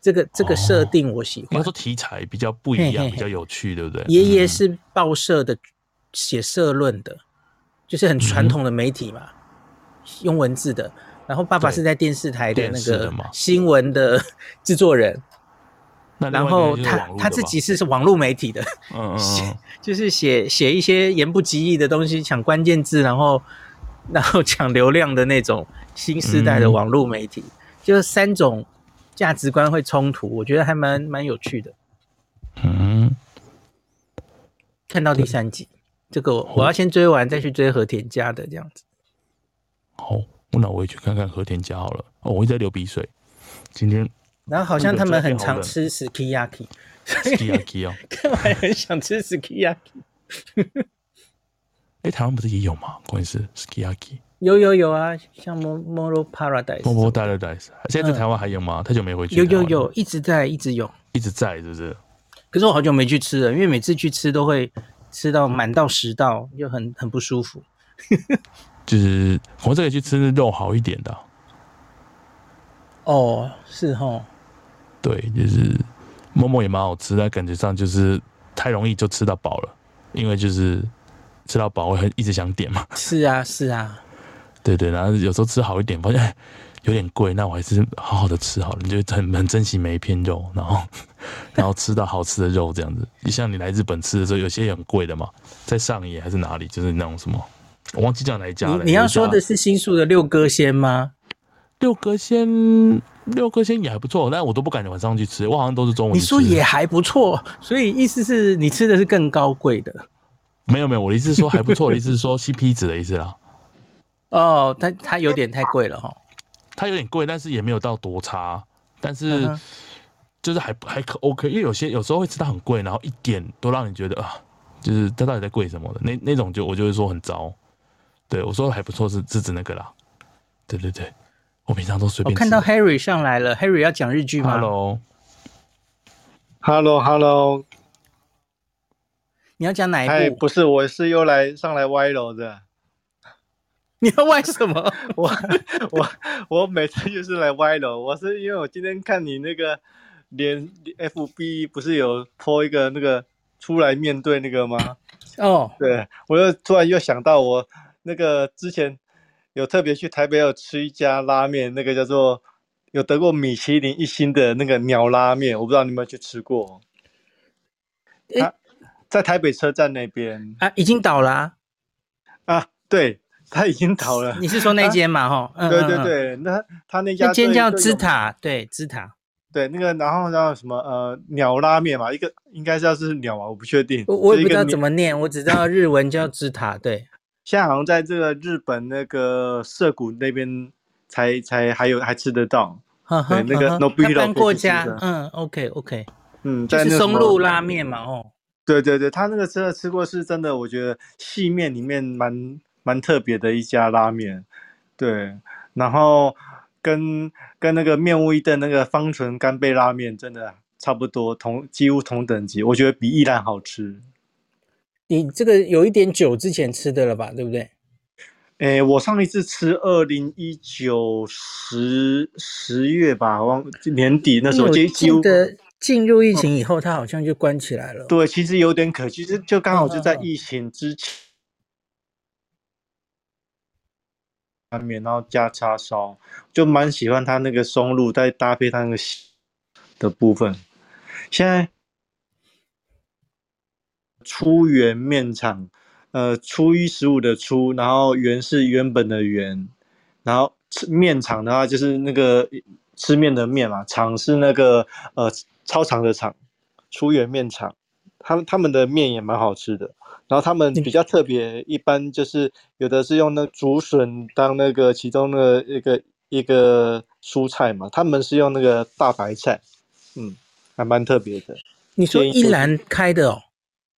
Speaker 1: 这个这个
Speaker 2: 哦
Speaker 1: 设定我喜
Speaker 2: 应
Speaker 1: 欢
Speaker 2: 该，说题材比较不
Speaker 1: 嘿
Speaker 2: 一样，
Speaker 1: 嘿
Speaker 2: 比较有趣，对不对？
Speaker 1: 爷爷
Speaker 2: 嗯
Speaker 1: 是报社的，写社论的，就是很
Speaker 2: 嗯
Speaker 1: 传统的媒体嘛，用文字的。然后爸爸
Speaker 2: 对
Speaker 1: 是在电视台的
Speaker 2: 电
Speaker 1: 那
Speaker 2: 视的
Speaker 1: 个
Speaker 2: 嘛
Speaker 1: 新闻的 制作人，
Speaker 2: 那另
Speaker 1: 然
Speaker 2: 外一个
Speaker 1: 后
Speaker 2: 就是
Speaker 1: 他
Speaker 2: 网络的
Speaker 1: 他自
Speaker 2: 吧，
Speaker 1: 己是是网络媒体的，
Speaker 2: 嗯嗯嗯，
Speaker 1: 就是写写一些言不及义的东西，抢关键字，然后然后抢流量的那种新时代的
Speaker 2: 嗯
Speaker 1: 网络媒体，就是三种价值观会冲突，我觉得还蛮蛮有趣的。
Speaker 2: 嗯，
Speaker 1: 看到第三集，这个我我要先追完再去追和田家的这样子。
Speaker 2: 好，那我也去看看和田家好了。哦，我一直在流鼻水，今天
Speaker 1: 然后嗯好像他们很常
Speaker 2: 日本
Speaker 1: 吃 sukiyaki，
Speaker 2: s k i a k i 哦，
Speaker 1: 看完很想吃 sukiyaki。
Speaker 2: 哎，台湾不是也有吗？关键是 s k i a k i
Speaker 1: 有有有啊，像 Mo Moro Paradise，
Speaker 2: 波波大热带，现在在台湾还有吗？太久没回去，
Speaker 1: 嗯有有
Speaker 2: 台湾
Speaker 1: 有
Speaker 2: 了，
Speaker 1: 一直在一直有。
Speaker 2: 一直在，是不是？
Speaker 1: 可是我好久没去吃了，因为每次去吃都会吃到满到食道，又很很不舒服。
Speaker 2: 就是我这里去吃肉好一点的啊，
Speaker 1: 哦，是哦，
Speaker 2: 对，就是摸摸也蛮好吃，但感觉上就是太容易就吃到饱了，因为就是吃到饱会很一直想点嘛。
Speaker 1: 是啊是啊，
Speaker 2: 对对，然后有时候吃好一点，发现哎有点贵，那我还是好好的吃好了，你就很很珍惜每一片肉，然后 然后吃到好吃的肉这样子。你像你来日本吃的时候，有些也很贵的嘛，在上野还是哪里，就是那种什么，我忘记叫哪一家了。
Speaker 1: 你你要
Speaker 2: 有一家
Speaker 1: 说的是新宿的六哥仙吗？
Speaker 2: 六哥鲜，六哥鲜也还不错，但我都不敢晚上去吃，我好像都是中午
Speaker 1: 你
Speaker 2: 去吃。
Speaker 1: 说也还不错，所以意思是你吃的是更高贵的。
Speaker 2: 没有没有，我的意思是说还不错，我的意思是说 CP 值的意思啦。
Speaker 1: 哦，它它有点太贵了哈、
Speaker 2: 它有点贵，但是也没有到多差，但
Speaker 1: 嗯
Speaker 2: 是
Speaker 1: 哼
Speaker 2: 就是还还可 OK，因为有些有时候会吃到很贵，然后一点都让你觉得啊，就是它到底在贵什么的，那那种就我就会说很糟。对我说还不错是是指那个啦，对对对，我平常都随
Speaker 1: 我
Speaker 2: 便吃。
Speaker 1: 哦看到 Harry 上来了，Harry 要讲日剧吗
Speaker 2: Hello，
Speaker 4: Hello Hello，
Speaker 1: 你要讲哪
Speaker 4: 哎，
Speaker 1: 一部？
Speaker 4: 不是，我是又来上来歪楼的。
Speaker 1: 你要问什 么？
Speaker 4: 我我我每次就是来歪楼，我是因为我今天看你那个连 FB 不是有 po 一个那个出来面对那个吗？
Speaker 1: 哦，
Speaker 4: 对，我又突然又想到我那个之前有特别去台北有吃一家拉面，那个叫做有得过米其林一星的那个鸟拉面，我不知道你有没有去吃过。
Speaker 1: 诶
Speaker 4: 啊，在台北车站那边。
Speaker 1: 啊，已经倒了啊、
Speaker 4: 啊，对，他已经倒了。
Speaker 1: 你是说那间嘛？哈、嗯，
Speaker 4: 啊对
Speaker 1: 嗯
Speaker 4: 对，
Speaker 1: 嗯
Speaker 4: 对，那他那家
Speaker 1: 那间
Speaker 4: 最
Speaker 1: 叫
Speaker 4: 最有
Speaker 1: 芝
Speaker 4: 名，
Speaker 1: 塔，对，芝塔。
Speaker 4: 对那个，然后叫什么呃鸟拉面嘛，一个应该叫是鸟啊，我不确定。
Speaker 1: 我我
Speaker 4: 就
Speaker 1: 也
Speaker 4: 一
Speaker 1: 不
Speaker 4: 个
Speaker 1: 知道怎
Speaker 4: 鸟，
Speaker 1: 么念，我只知道日文叫芝塔。对，
Speaker 4: 现在好像在这个日本那个涩谷那边才才还有还吃得到。
Speaker 1: 呵呵，
Speaker 4: 对那个
Speaker 1: 呵呵
Speaker 4: Nobilo
Speaker 1: 它搬过
Speaker 4: 可以去吃
Speaker 1: 家
Speaker 4: 的，
Speaker 1: 嗯，OK OK，
Speaker 4: 嗯，
Speaker 1: 就
Speaker 4: 在
Speaker 1: 是
Speaker 4: 那个
Speaker 1: 松
Speaker 4: 什么
Speaker 1: 露拉面嘛，哦，
Speaker 4: 对对对，他那个真的吃过是真的，我觉得细面里面蛮蛮特别的一家拉面，对，然后跟跟那个面屋一的那个方纯干贝拉面真的差不多，同几乎同等级，我觉得比一兰好吃。
Speaker 1: 你这个有一点久之前吃的了吧，对不对？
Speaker 4: 诶，我上一次吃二零一九十十月吧，忘年底那时候，
Speaker 1: 因为嗯
Speaker 4: 几
Speaker 1: 我
Speaker 4: 几
Speaker 1: 记
Speaker 4: 乎
Speaker 1: 得进入疫情以后，它好像就关起来了。
Speaker 4: 对，其实有点可惜，就就刚好就在
Speaker 1: 嗯嗯嗯
Speaker 4: 疫情之前，拉面，然后加叉烧，就蛮喜欢它那个松露，再搭配它那个西的部分。现在初原面厂，呃，初一十五的初，然后原是原本的原，然后吃面厂的话就是那个吃面的面嘛，厂是那个呃操场的场，初原面厂，他们他们的面也蛮好吃的。然后他们
Speaker 1: 你
Speaker 4: 比较特别，一般就是有的是用那竹笋当那个其中的一个一个蔬菜嘛，他们是用那个大白菜，嗯，还蛮特别的。
Speaker 1: 你说
Speaker 4: 建议就
Speaker 1: 一
Speaker 4: 是
Speaker 1: 兰开的哦，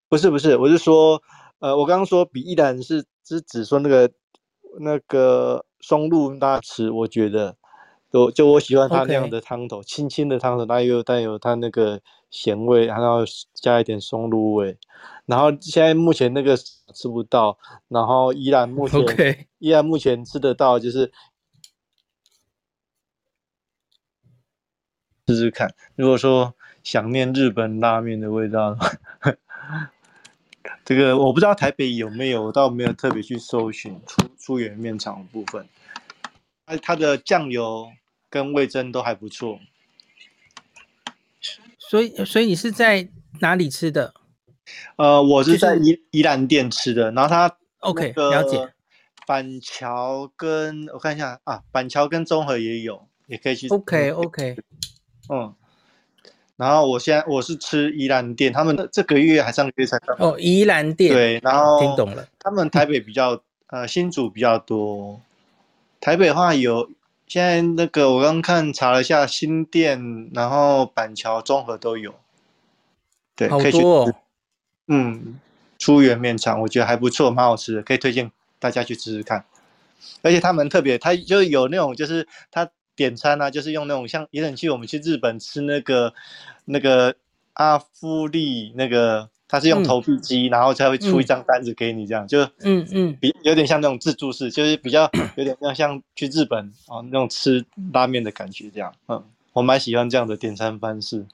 Speaker 4: 不是不是，我是说，呃，我刚刚说比一兰是是指说那个那个松露那吃，我觉得，就就我喜欢它那样
Speaker 1: OK
Speaker 4: 的汤头，清清的汤头，它又带有它那个咸味，然后加一点松露味，然后现在目前那个吃不到，然后依然目前
Speaker 1: OK
Speaker 4: 依然目前吃得到就是。试试看，如果说想念日本拉面的味道的话，这个我不知道台北有没有，我倒没有特别去搜寻出出原面厂的部分。它它的酱油跟味增都还不错。
Speaker 1: 所以所以你是在哪里吃的
Speaker 4: 呃，我是
Speaker 1: 就是
Speaker 4: 在宜宜兰店吃的，然后它
Speaker 1: ？OK，、
Speaker 4: 那个
Speaker 1: 了解。
Speaker 4: 板桥跟我看一下啊，板桥跟中和也有，也可以去。
Speaker 1: OK OK，
Speaker 4: 嗯。然后我现在我是吃宜兰店，他们这个月还上个月才上。
Speaker 1: 哦，宜兰店。
Speaker 4: 对，然后
Speaker 1: 听懂了。
Speaker 4: 他们台北比较呃新竹比较多，台北的话有现在那个我刚看查了一下新店，然后板桥、综合都有，对，
Speaker 1: 好
Speaker 4: 可以去
Speaker 1: 多哦
Speaker 4: 吃。嗯，出原面厂我觉得还不错，蛮好吃的，可以推荐大家去吃吃看。而且他们特别，他就是有那种就是他点餐啊，就是用那种像也很去我们去日本吃那个那个阿芙丽那个。他是
Speaker 1: 嗯
Speaker 4: 用投币机，然后才会出一
Speaker 1: 嗯
Speaker 4: 张单子给你，这样就
Speaker 1: 嗯嗯，
Speaker 4: 比有点像那种自助式，就是比较有点像像去日本哦那种吃拉面的感觉这样。嗯，我蛮喜欢这样的点餐方式。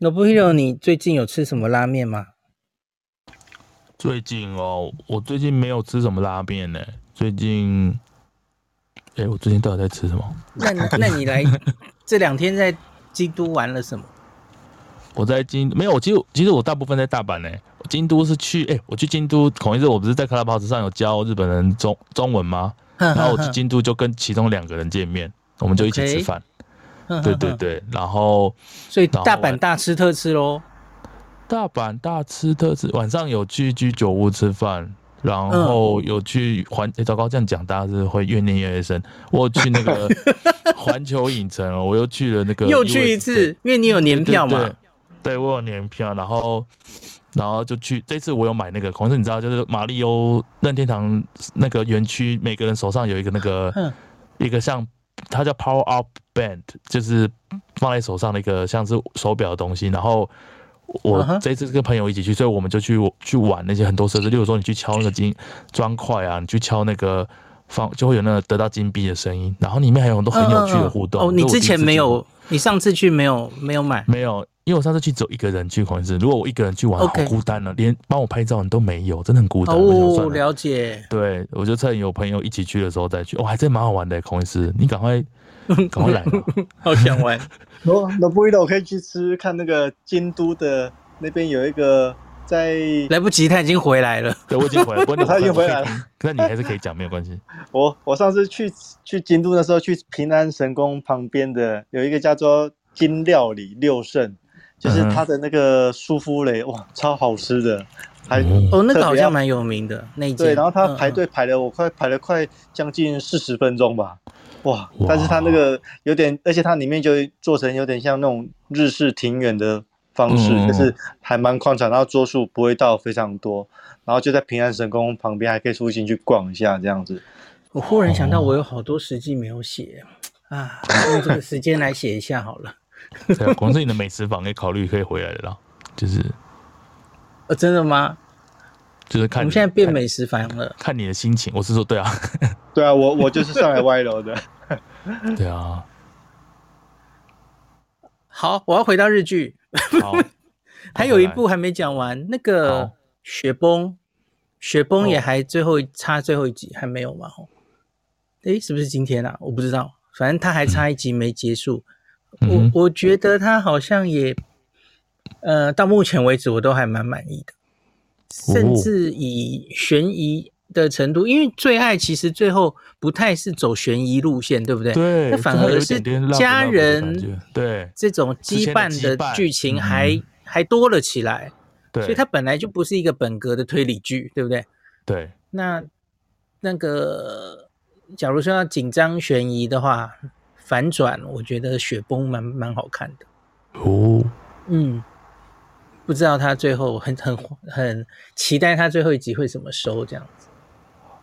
Speaker 1: Nobuhiro，你最近有吃什么拉面 吗？
Speaker 2: 最近哦，我最近没有吃什么拉面呢、最近，哎、我最近到底在吃什么？
Speaker 1: 那你那你来 这两天在京都玩了什 么？
Speaker 2: 我在京没有，其实其实我大部分在大阪呢、我京都是去哎、我去京都，孔医师，我不是在 Clubhouse 上有教日本人中中文吗？
Speaker 1: 然
Speaker 2: 然后我去 京都就跟其中两个人见面，我们就一起
Speaker 1: 嗯 OK 嗯
Speaker 2: 吃饭。
Speaker 1: 哼
Speaker 2: 对对，
Speaker 1: 哼哼
Speaker 2: 对，然后
Speaker 1: 所以
Speaker 2: 然后
Speaker 1: 大阪
Speaker 2: 玩
Speaker 1: 大吃特吃喽。
Speaker 2: 大阪大吃特吃，晚上有去居酒屋吃饭，然
Speaker 1: 嗯
Speaker 2: 后有去环、诶糟糕，这样讲大家是会越念越深。我有去 那个环球影城哦，我又去了那个，
Speaker 1: 又去一次，因为你有年票
Speaker 2: 对
Speaker 1: 嘛。
Speaker 2: 对，我有年票，然后然后就去。这次我有买那个，可是你知道，就是马里欧任天堂那个园区，每个人手上有一个那个、
Speaker 1: 嗯
Speaker 2: 一个像它叫 Power Up Band，就是放在手上的一个像是手表的东西。然后我
Speaker 1: 嗯哼
Speaker 2: 这次跟朋友一起去，所以我们就去去玩那些很多设施，例如说你去敲那个金砖块啊，你去敲那个。放就会有那个得到金币的声音，然后里面还有很多很有趣的互动。
Speaker 1: 嗯嗯嗯哦，你
Speaker 2: 这是我
Speaker 1: 之
Speaker 2: 第一
Speaker 1: 前
Speaker 2: 次
Speaker 1: 没
Speaker 2: 去
Speaker 1: 有，你上次去没有没有买？
Speaker 2: 没有，因为我上次去只有一个人去狂狮，如果我一个人去玩，好
Speaker 1: OK
Speaker 2: 孤单了，啊连帮我拍照人都没有，真的很孤单。嗯我想
Speaker 1: 哦
Speaker 2: 算，了，
Speaker 1: 了解。
Speaker 2: 对我就趁有朋友一起去的时候再去，哇，哦还真蛮好玩的，狂狮，你 赶快赶快来吧。
Speaker 1: 好想 玩。
Speaker 4: 罗罗布伊我可以去吃看那个京都的那边有一个在，
Speaker 1: 来不及，他已经回来了。
Speaker 2: 对，我已经回来， 不过
Speaker 4: 他已经
Speaker 2: 我可以
Speaker 4: 回来了
Speaker 2: 听，那你还是可以讲，没有关系。
Speaker 4: 我我上次去去京都的时候去平安神宫旁边的有一个叫做金料理六圣，就是
Speaker 2: 嗯哼
Speaker 4: 它的那个舒芙蕾，哇，超好吃的，还
Speaker 2: 嗯
Speaker 1: 哦，那个
Speaker 4: 特别
Speaker 1: 好
Speaker 4: 要
Speaker 1: 像蛮有名的那一间。
Speaker 4: 对，然后他
Speaker 1: 嗯
Speaker 4: 排。队排了，我快排了快将近四十分钟吧，哇！
Speaker 2: 哇
Speaker 4: 但是他那个有点，而且它里面就做成有点像那种日式庭园的方式，
Speaker 2: 嗯嗯嗯
Speaker 4: 就是还蛮宽敞，然后桌数不会到非常多，然后就在平安神宫旁边还可以附近去逛一下这样子。
Speaker 1: 我忽然想到，我有好多实际没有写啊，用这个时间来写一下好了。
Speaker 2: 对啊，光是你的美食坊也考虑可以回来的啦，就是
Speaker 1: 哦，真的吗？
Speaker 2: 就是
Speaker 1: 我
Speaker 2: 看
Speaker 1: 们
Speaker 2: 你
Speaker 1: 现在变美食房了。
Speaker 2: 看你的心情。我是说，对啊，
Speaker 4: 对啊，我我就是上来歪楼的。
Speaker 2: 对啊，
Speaker 1: 好，我要回到日剧，
Speaker 2: 好，
Speaker 1: 还有一部还没讲完，那个
Speaker 2: 好
Speaker 1: 雪崩，雪崩也
Speaker 2: 哦
Speaker 1: 还最后一差最后一集还没有嘛？吼，诶，是不是今天啊？我不知道，反正它还差一集没结束。
Speaker 2: 嗯哼
Speaker 1: 我我觉得它好像也，呃，到目前为止我都还蛮满意的，甚
Speaker 2: 哦
Speaker 1: 至以悬疑的程度，因为《最爱》其实最后不太是走悬疑路线，对不对？
Speaker 2: 对，
Speaker 1: 那反
Speaker 2: 这还有
Speaker 1: 而
Speaker 2: 一
Speaker 1: 是
Speaker 2: 点点 love
Speaker 1: 家
Speaker 2: love 的
Speaker 1: 人
Speaker 2: 感觉对
Speaker 1: 这种羁绊的剧情还
Speaker 2: 之间的羁绊
Speaker 1: 还多了起来，
Speaker 2: 嗯对，
Speaker 1: 所以它本来就不是一个本格的推理剧，对不对？
Speaker 2: 对
Speaker 1: 那那个，假如说要紧张悬疑的话，反转我觉得雪崩蛮蛮好看的。
Speaker 2: 哦，
Speaker 1: 嗯，不知道他最后很很很期待他最后一集会怎么收这样子。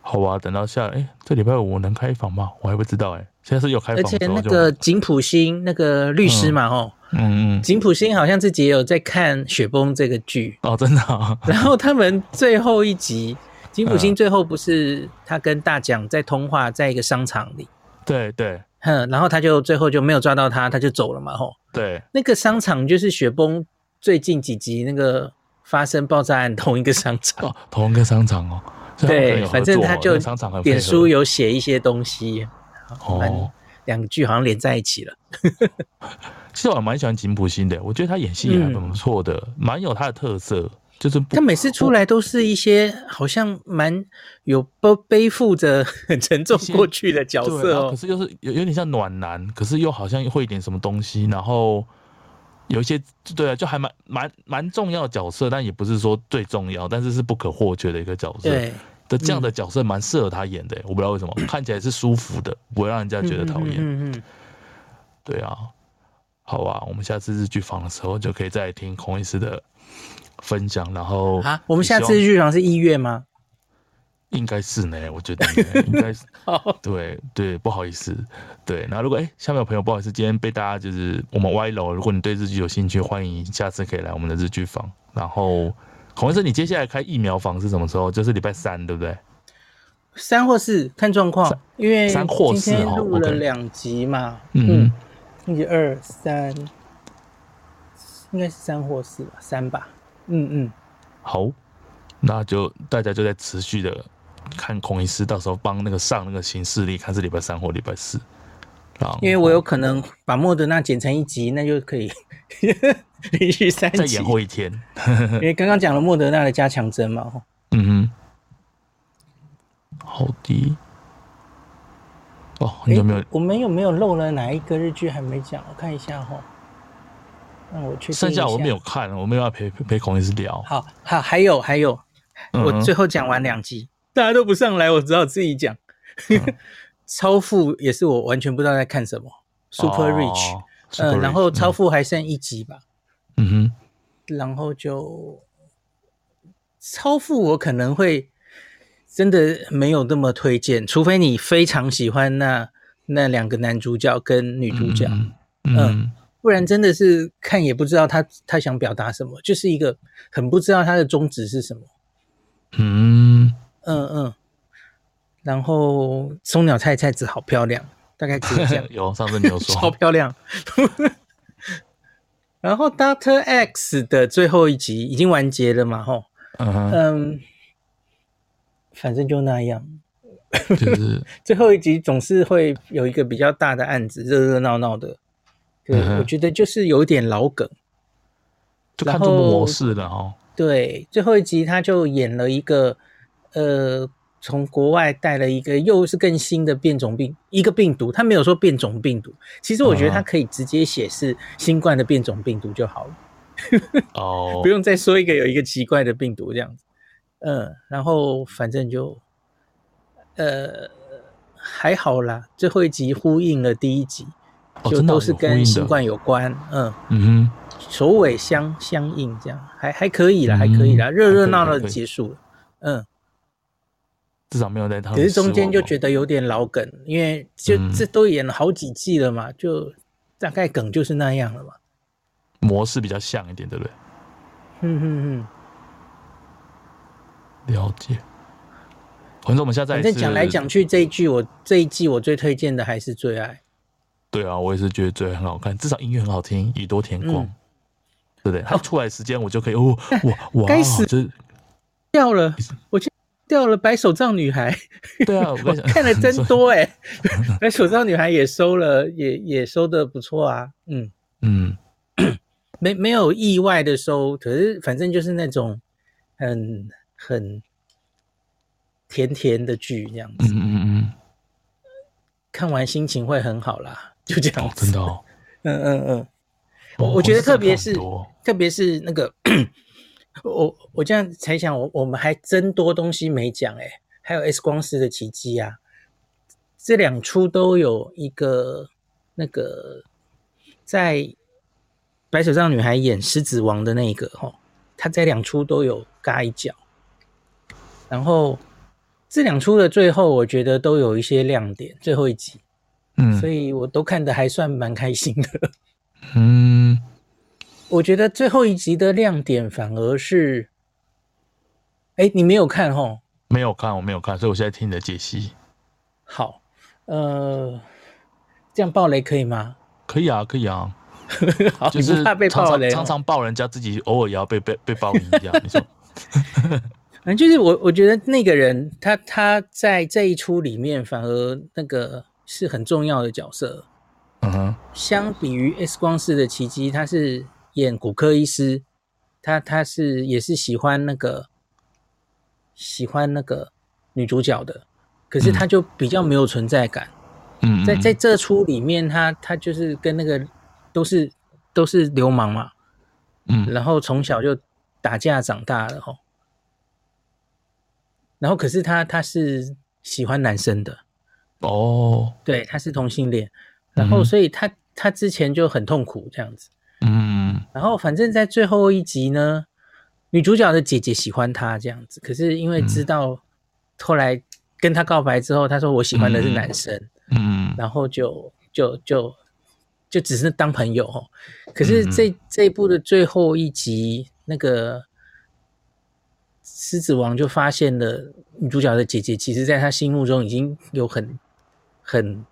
Speaker 2: 好吧，等到下哎、这礼拜五能开房吗？我还不知道哎、现在是有开
Speaker 1: 而
Speaker 2: 房
Speaker 1: 且
Speaker 2: 之后
Speaker 1: 那
Speaker 2: 就
Speaker 1: 个井浦新那个律师嘛，哦，
Speaker 2: 嗯嗯
Speaker 1: 井浦新好像自己也有在看《雪崩》这个剧，
Speaker 2: 哦，真的、啊，
Speaker 1: 然后他们最后一集，金普
Speaker 2: 嗯
Speaker 1: 星最后不是他跟大奖在通话，在一个商场里，
Speaker 2: 对对
Speaker 1: 哼，然后他就最后就没有抓到他，他就走了嘛，吼。
Speaker 2: 对，
Speaker 1: 那个商场就是雪崩最近几集那个发生爆炸案同一个商场，
Speaker 2: 哦，同一个商场哦，所以他
Speaker 1: 对
Speaker 2: 们可能有，合
Speaker 1: 反正
Speaker 2: 作
Speaker 1: 他
Speaker 2: 哦那
Speaker 1: 就
Speaker 2: 个商场很
Speaker 1: 脸
Speaker 2: 配合
Speaker 1: 书有写一些东西，蛮
Speaker 2: 哦。
Speaker 1: 两个剧好像连在一起了。
Speaker 2: 其实我还蛮喜欢金普星的，我觉得他演戏也还蛮
Speaker 1: 嗯
Speaker 2: 不错的，蛮、有他的特色，就是不
Speaker 1: 他每次出来都是一些好像蛮有背背负着 很沉重
Speaker 2: 一些
Speaker 1: 过去的角
Speaker 2: 对，
Speaker 1: 色
Speaker 2: 然后可
Speaker 1: 哦，
Speaker 2: 是又是有有点像暖男，可是又好像会一点什么东西，然后有一些对啊，就还蛮蛮蛮重要的角色，但也不是说最重要，但是是不可或缺的一个角色。
Speaker 1: 对。嗯
Speaker 2: 的这样的角色蛮适合他演的、欸我不知道为什么，看起来是舒服的，不会让人家觉得讨厌。
Speaker 1: 嗯嗯嗯嗯
Speaker 2: 对啊，好啊，我们下次日剧房的时候就可以再听孔医师的分享，然后
Speaker 1: 啊，我们
Speaker 2: 也希
Speaker 1: 下
Speaker 2: 望
Speaker 1: 次剧场是一月吗？
Speaker 2: 应该是呢，我觉得应 该应该是。
Speaker 1: 好，
Speaker 2: 对对，不好意思，对。然后如果哎，下面有朋友不好意思，今天被大家就是我们歪楼。如果你对日剧有兴趣，欢迎下次可以来我们的日剧房。然后孔医生，你接下来开疫苗房是什么时候？就是礼拜三，对不对？
Speaker 1: 三或四看状况
Speaker 2: 三，
Speaker 1: 因为
Speaker 2: 三或四
Speaker 1: 今天
Speaker 2: 哦
Speaker 1: 录了
Speaker 2: OK
Speaker 1: 两集嘛，
Speaker 2: 嗯，
Speaker 1: 嗯，一二三，应该是三或四吧，三吧，嗯嗯，
Speaker 2: 好，那就大家就在持续的看孔医师，到时候帮那个上那个行事历，看是礼拜三或礼拜四。然后
Speaker 1: 因为我有可能把莫德纳剪成一集，那就可以 连续三
Speaker 2: 再
Speaker 1: 集
Speaker 2: 延，后一天。
Speaker 1: 因为刚刚讲了莫德纳的加强针嘛，吼
Speaker 2: 嗯哼，好的。哦，很久没有
Speaker 1: 诶我们有没有漏了哪一个日剧还没讲？我看一下哈，让我确定一
Speaker 2: 剩下我没有看，我没有要陪陪陪孔医师聊。
Speaker 1: 好好，还有还有，
Speaker 2: 嗯
Speaker 1: 我最后讲完两集，嗯大家都不上来，我只好自己讲。 超富也是我完全不知道在看什么，Super Rich，
Speaker 2: 哦
Speaker 1: 嗯、
Speaker 2: ，Super
Speaker 1: 然后
Speaker 2: Rich，
Speaker 1: 超富还剩一集吧，
Speaker 2: 嗯
Speaker 1: 然后就超富我可能会真的没有那么推荐，除非你非常喜欢那那两个男主角跟女
Speaker 2: 哼，
Speaker 1: 主角，
Speaker 2: 嗯嗯嗯
Speaker 1: 不然真的是看也不知道他他想表达什么，就是一个很不知道他的宗旨是什么。
Speaker 2: 嗯，，
Speaker 1: 嗯嗯，然后松鸟菜菜子好漂亮，大概只有这样
Speaker 2: 有上次你有
Speaker 1: 超
Speaker 2: 说，
Speaker 1: 漂亮。然后 Doctor X 的最后一集已经完结了嘛，吼，
Speaker 2: 嗯哼，
Speaker 1: 嗯，反正就那样。
Speaker 2: 就是
Speaker 1: 最后一集总是会有一个比较大的案子，热热闹闹的。对，
Speaker 2: 嗯哼
Speaker 1: 我觉得就是有点老梗。
Speaker 2: 就看中国模式了哦。
Speaker 1: 对，最后一集他就演了一个，呃，从国外带了一个又是更新的变种病，一个病毒，他没有说变种病毒。其实我觉得他
Speaker 2: 嗯
Speaker 1: 可以直接写是新冠的变种病毒就好了，
Speaker 2: 哦
Speaker 1: 不，用再说一个有一个奇怪的病毒这样子。嗯，然后反正就，呃，还好啦，最后一集呼应了第一集，
Speaker 2: 哦，
Speaker 1: 就
Speaker 2: 真的
Speaker 1: 都
Speaker 2: 哦
Speaker 1: 是
Speaker 2: 有呼
Speaker 1: 跟
Speaker 2: 应
Speaker 1: 新
Speaker 2: 的
Speaker 1: 冠有关，嗯，
Speaker 2: 嗯
Speaker 1: 首尾相相应，这样还还可以啦，
Speaker 2: 嗯
Speaker 1: 还可以啦，热热闹闹
Speaker 2: 还可以还
Speaker 1: 的
Speaker 2: 可以
Speaker 1: 结束了，嗯，
Speaker 2: 哼，至少没有在他们
Speaker 1: 可是中间就
Speaker 2: 失哦
Speaker 1: 觉得有点老梗，因为就
Speaker 2: 嗯
Speaker 1: 这都演了好几季了嘛，就大概梗就是那样了嘛，
Speaker 2: 望模式比较像一点，对不对？
Speaker 1: 嗯嗯嗯，
Speaker 2: 了解。反正我们下次
Speaker 1: 反
Speaker 2: 也
Speaker 1: 正
Speaker 2: 是
Speaker 1: 讲来讲去这一句我这一季我最推荐的还是最爱，
Speaker 2: 对啊，我也是觉得最很好看，至少音乐很好听，宇多田光，
Speaker 1: 嗯哦
Speaker 2: 对不对？它出来时间我就可以 哦，哇哇，
Speaker 1: 该死
Speaker 2: 就是
Speaker 1: 掉了，我去掉了白手杖女孩。
Speaker 2: 对啊，我跟
Speaker 1: 我
Speaker 2: 你讲，
Speaker 1: 看了真
Speaker 2: 所以，
Speaker 1: 多哎、 那手上女孩也收了，也也收的不错啊。嗯，
Speaker 2: 嗯，
Speaker 1: 没没有意外的收，可是反正就是那种很很甜甜的剧这样
Speaker 2: 嗯
Speaker 1: 子，
Speaker 2: 嗯嗯
Speaker 1: 看完心情会很好啦，就这
Speaker 2: 嗯，
Speaker 1: 样
Speaker 2: 哦，
Speaker 1: 子。
Speaker 2: 真的哦，
Speaker 1: 嗯嗯嗯，我
Speaker 2: 哦
Speaker 1: 我觉得
Speaker 2: 真的
Speaker 1: 特别
Speaker 2: 看
Speaker 1: 是
Speaker 2: 很多
Speaker 1: 特别是那个，我我这样才想，我我们还真多东西没讲哎、还有 X 光师的奇迹啊，这两出都有一个那个在白手杖女孩演狮子王的那一个吼，她在两出都有嘎一脚，然后这两出的最后，我觉得都有一些亮点，最后一集，
Speaker 2: 嗯，
Speaker 1: 所以我都看得还算蛮开心的。
Speaker 2: 嗯
Speaker 1: 我觉得最后一集的亮点反而是，哎，你没有看吼？
Speaker 2: 没有看，我没有看，所以我现在听你的解析，
Speaker 1: 好，呃，这样爆雷可以吗？
Speaker 2: 可以啊，可以啊，
Speaker 1: 好，
Speaker 2: 就
Speaker 1: 你
Speaker 2: 是
Speaker 1: 不怕被
Speaker 2: 常
Speaker 1: 爆
Speaker 2: 常
Speaker 1: 雷哦、
Speaker 2: 常常爆人家自己，偶尔也要被被被爆一 下，你说，
Speaker 1: 反正就是我，我觉得那个人他他在这一出里面反而那个是很重要的角色，
Speaker 2: 嗯哼，
Speaker 1: 相比于《X 光式的奇迹》，他是演骨科医师，他他是也是喜欢那个喜欢那个女主角的，可是他就比较没有存在感。
Speaker 2: 嗯，嗯
Speaker 1: 在在，这出里面他，他就是跟那个都是都是流氓嘛，
Speaker 2: 嗯
Speaker 1: 然后从小就打架长大了吼。然后可是他他是喜欢男生的，
Speaker 2: 哦，
Speaker 1: 对，他是同性恋，然后
Speaker 2: 嗯
Speaker 1: 所以他他之前就很痛苦这样子。
Speaker 2: 嗯
Speaker 1: 然后反正在最后一集呢，女主角的姐姐喜欢他这样子，可是
Speaker 2: 嗯
Speaker 1: 因为知道后来跟他告白之后，他说我喜欢的是男生，
Speaker 2: 嗯
Speaker 1: 然后就就就就只是当朋友哦。可是
Speaker 2: 嗯
Speaker 1: 这、这一部的最后一集，那个狮子王就发现了女主角的姐姐，其实在他心目中已经有很很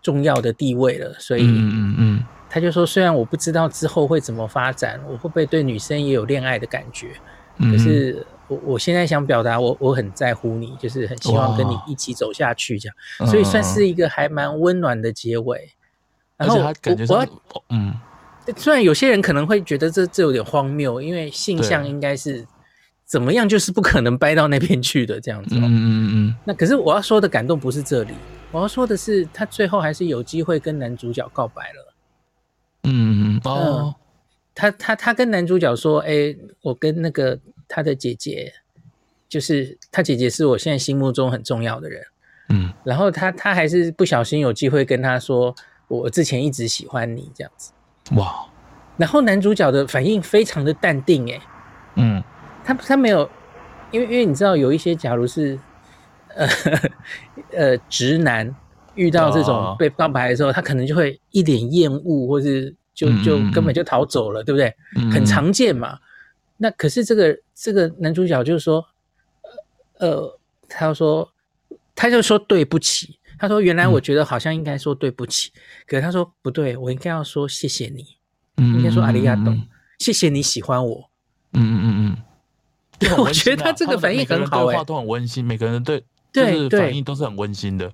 Speaker 1: 重要的地位了，所以
Speaker 2: 嗯嗯嗯
Speaker 1: 他就说，虽然我不知道之后会怎么发展，我会不会对女生也有恋爱的感觉，
Speaker 2: 嗯，
Speaker 1: 可是我我现在想表达我，我很在乎你，就是很希望跟你
Speaker 2: 哇
Speaker 1: 一起走下去这样，
Speaker 2: 嗯
Speaker 1: 所以算是一个还蛮温暖的结尾。
Speaker 2: 嗯而
Speaker 1: 然后
Speaker 2: 且
Speaker 1: 我
Speaker 2: 他感觉
Speaker 1: 我要
Speaker 2: 上，哦嗯，
Speaker 1: 虽然有些人可能会觉得这这有点荒谬，因为性向
Speaker 2: 对
Speaker 1: 应该是怎么样，就是不可能掰到那边去的这样子、哦。
Speaker 2: 嗯嗯嗯
Speaker 1: 那可是我要说的感动不是这里，我要说的是他最后还是有机会跟男主角告白了。
Speaker 2: 嗯嗯，哦，
Speaker 1: 他他他跟男主角说：“哎、我跟那个他的姐姐，就是他姐姐是我现在心目中很重要的人。
Speaker 2: 嗯
Speaker 1: 然后他他还是不小心有机会跟他说，我之前一直喜欢你这样子。
Speaker 2: 嗯哇，
Speaker 1: 然后男主角的反应非常的淡定、哎，
Speaker 2: 嗯
Speaker 1: 他他没有，因为因为你知道有一些，假如是呃呃直男遇到这种
Speaker 2: 哦
Speaker 1: 被告白的时候，他可能就会一脸厌恶，或是就
Speaker 2: 嗯嗯
Speaker 1: 就
Speaker 2: 嗯
Speaker 1: 根本就逃走了，对不对？
Speaker 2: 嗯
Speaker 1: 很常见嘛。那可是这个这个男主角就说，呃呃，他说他就说对不起，他说原来
Speaker 2: 嗯
Speaker 1: 我觉得好像应该说对不起，可是他说不对，我应该要说谢谢你，应该说阿里亚多
Speaker 2: 嗯，
Speaker 1: 谢谢你喜欢我。
Speaker 2: 嗯嗯嗯，
Speaker 1: 我觉得他这个反应很好哎、
Speaker 2: 话都很温馨，每个人对
Speaker 1: 对
Speaker 2: 就是反
Speaker 1: 对
Speaker 2: 应，都是很温馨的。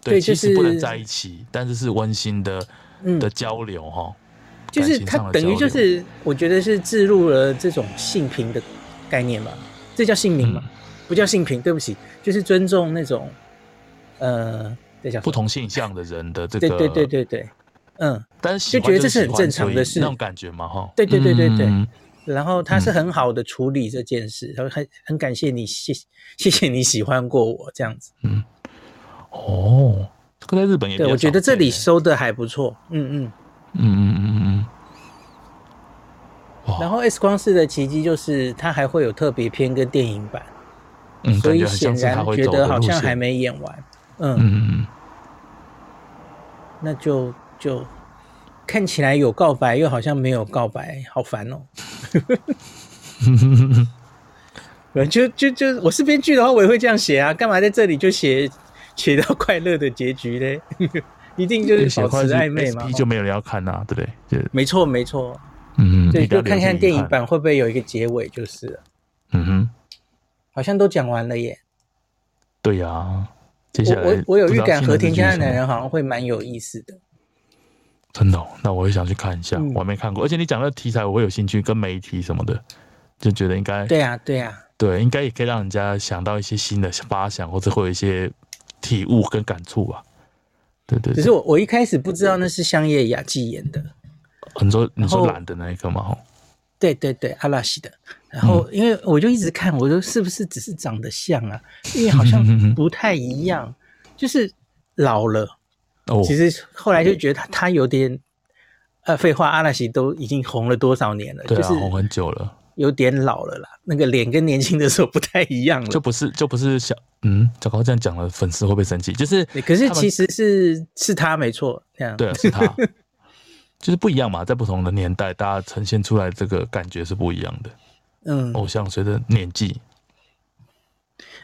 Speaker 1: 对
Speaker 2: 其
Speaker 1: 就
Speaker 2: 实
Speaker 1: 是
Speaker 2: 不能在一起，但是是温馨的
Speaker 1: 嗯
Speaker 2: 的交流哈。
Speaker 1: 就是
Speaker 2: 感情
Speaker 1: 他
Speaker 2: 上的
Speaker 1: 等于
Speaker 2: 交流
Speaker 1: 就是，我觉得是置入了这种性平的概念吧，这叫性平吗？
Speaker 2: 嗯
Speaker 1: 不叫性平，对不起，就是尊重那种，呃，这叫什么
Speaker 2: 不，同性向的人的这
Speaker 1: 对
Speaker 2: 个，
Speaker 1: 对对，对对，嗯，
Speaker 2: 但是喜
Speaker 1: 就觉
Speaker 2: 欢
Speaker 1: 得
Speaker 2: 就
Speaker 1: 这是很
Speaker 2: 喜欢
Speaker 1: 正常
Speaker 2: 所以
Speaker 1: 的事
Speaker 2: 那种感觉嘛哈。
Speaker 1: 对对对对对
Speaker 2: 嗯
Speaker 1: 然后他是很好的处理这件事，他说很很感谢你，谢谢谢你喜欢过我这样子，
Speaker 2: 哦，在日本也比
Speaker 1: 对，
Speaker 2: 较
Speaker 1: 我觉得
Speaker 2: 常
Speaker 1: 这里
Speaker 2: 见欸
Speaker 1: 收的还不错。嗯嗯。
Speaker 2: 嗯嗯嗯嗯嗯，哇
Speaker 1: 然后 X 光四的奇迹就是它还会有特别篇跟电影版，
Speaker 2: 嗯，
Speaker 1: 所
Speaker 2: 感
Speaker 1: 以
Speaker 2: 觉很
Speaker 1: 显
Speaker 2: 像是他
Speaker 1: 然
Speaker 2: 会
Speaker 1: 觉
Speaker 2: 走
Speaker 1: 得
Speaker 2: 的
Speaker 1: 好
Speaker 2: 路
Speaker 1: 像
Speaker 2: 线
Speaker 1: 还没演完。嗯，
Speaker 2: 嗯嗯
Speaker 1: 那就就看起来有告白，又好像没有告白，好烦 哦。
Speaker 2: 嗯，
Speaker 1: 呃就就就我是编剧的话，我也会这样写啊，干嘛在这里就写写到快乐的结局嘞？ 一定就
Speaker 2: 因为
Speaker 1: 是
Speaker 2: 写
Speaker 1: 保
Speaker 2: 快
Speaker 1: 持
Speaker 2: 是
Speaker 1: 暧昧嘛。
Speaker 2: SP
Speaker 1: 哦
Speaker 2: 就没有人要看呐、对不对？就
Speaker 1: 没错没错，
Speaker 2: 嗯，
Speaker 1: 对，
Speaker 2: 一定
Speaker 1: 就
Speaker 2: 要留
Speaker 1: 看
Speaker 2: 些
Speaker 1: 看
Speaker 2: 遗
Speaker 1: 电影
Speaker 2: 憾，
Speaker 1: 版会不会有一个结尾，就是了
Speaker 2: 嗯哼，
Speaker 1: 好像都讲完了耶。
Speaker 2: 对呀、接
Speaker 1: 我
Speaker 2: 下来
Speaker 1: 我我有
Speaker 2: 不
Speaker 1: 预
Speaker 2: 知道
Speaker 1: 感，
Speaker 2: 新
Speaker 1: 和
Speaker 2: 的日
Speaker 1: 田啊
Speaker 2: 剧
Speaker 1: 跟爱
Speaker 2: 是什么
Speaker 1: 男人好像会蛮有意思的。
Speaker 2: 真的哦、那我也想去看一下，
Speaker 1: 嗯
Speaker 2: 我还没看过。而且你讲的题材我会有兴趣，跟媒体什么的，就觉得应该
Speaker 1: 对啊对啊，
Speaker 2: 对应该也可以让人家想到一些新的发想，或者会有一些体悟跟感触吧。对对
Speaker 1: 只
Speaker 2: 对，
Speaker 1: 是我我一开始不知道那是香叶雅纪演的。
Speaker 2: 你说你
Speaker 1: 然后
Speaker 2: 说懒的那一个嘛，哦吼
Speaker 1: 对对对，阿拉西的。然
Speaker 2: 嗯
Speaker 1: 后因为我就一直看，我说是不是只是长得像啊？因为好
Speaker 2: 嗯
Speaker 1: 像不太一样，就是老了。
Speaker 2: 哦，
Speaker 1: 其实后来就觉得他他有点，呃，废话，阿拉西都已经红了多少年了，
Speaker 2: 对
Speaker 1: 就
Speaker 2: 啊，
Speaker 1: 是
Speaker 2: 红很久了，
Speaker 1: 有点老了啦，那个脸跟年轻的时候不太一样
Speaker 2: 就
Speaker 1: 了。
Speaker 2: 不是就不是小嗯，糟糕，这样讲了粉丝会不会生气？就是
Speaker 1: 对可是
Speaker 2: 他们
Speaker 1: 其实是是他没错，这样
Speaker 2: 对啊，是他， 就是不一样嘛，在不同的年代，大家呈现出来这个感觉是不一样的。
Speaker 1: 嗯，
Speaker 2: 偶像随着年纪，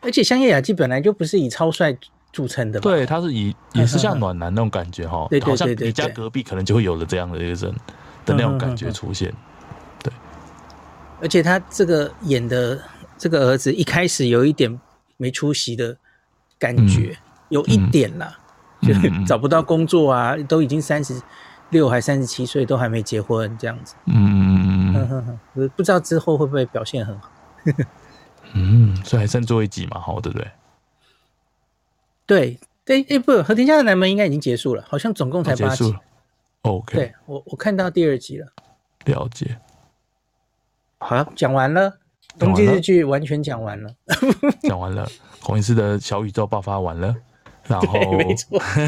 Speaker 1: 而且香叶雅纪本来就不是以超帅著称的嘛，
Speaker 2: 对，他是以也是像暖男那种感觉哈
Speaker 1: 对，对
Speaker 2: 好像
Speaker 1: 对对
Speaker 2: 你家
Speaker 1: 对
Speaker 2: 隔壁可能就会有了这样的一个人的那种感觉出现。
Speaker 1: 而且他这个演的这个儿子一开始有一点没出息的感觉，有一点啦，就是找不到工作啊，都已经三十六还三十七岁，都还没结婚这样子。
Speaker 2: 嗯嗯
Speaker 1: 嗯
Speaker 2: 嗯
Speaker 1: 哼哼，我不知道之后会不会表现很好。
Speaker 2: 嗯，所以还剩最后一集嘛，好，对不对？
Speaker 1: 对，对，诶、不，和田家的南门应该已经结束了，好像总共才
Speaker 2: 好哦结
Speaker 1: 八
Speaker 2: 束
Speaker 1: 集
Speaker 2: 了。。OK，
Speaker 1: 对我，我看到第二集了。
Speaker 2: 了解。
Speaker 1: 好，讲完了，
Speaker 2: 讲
Speaker 1: 冬
Speaker 2: 完了
Speaker 1: 季日剧完全讲完了。
Speaker 2: 讲完了，孔医师的小宇宙爆发完了，然后
Speaker 1: 对，没错。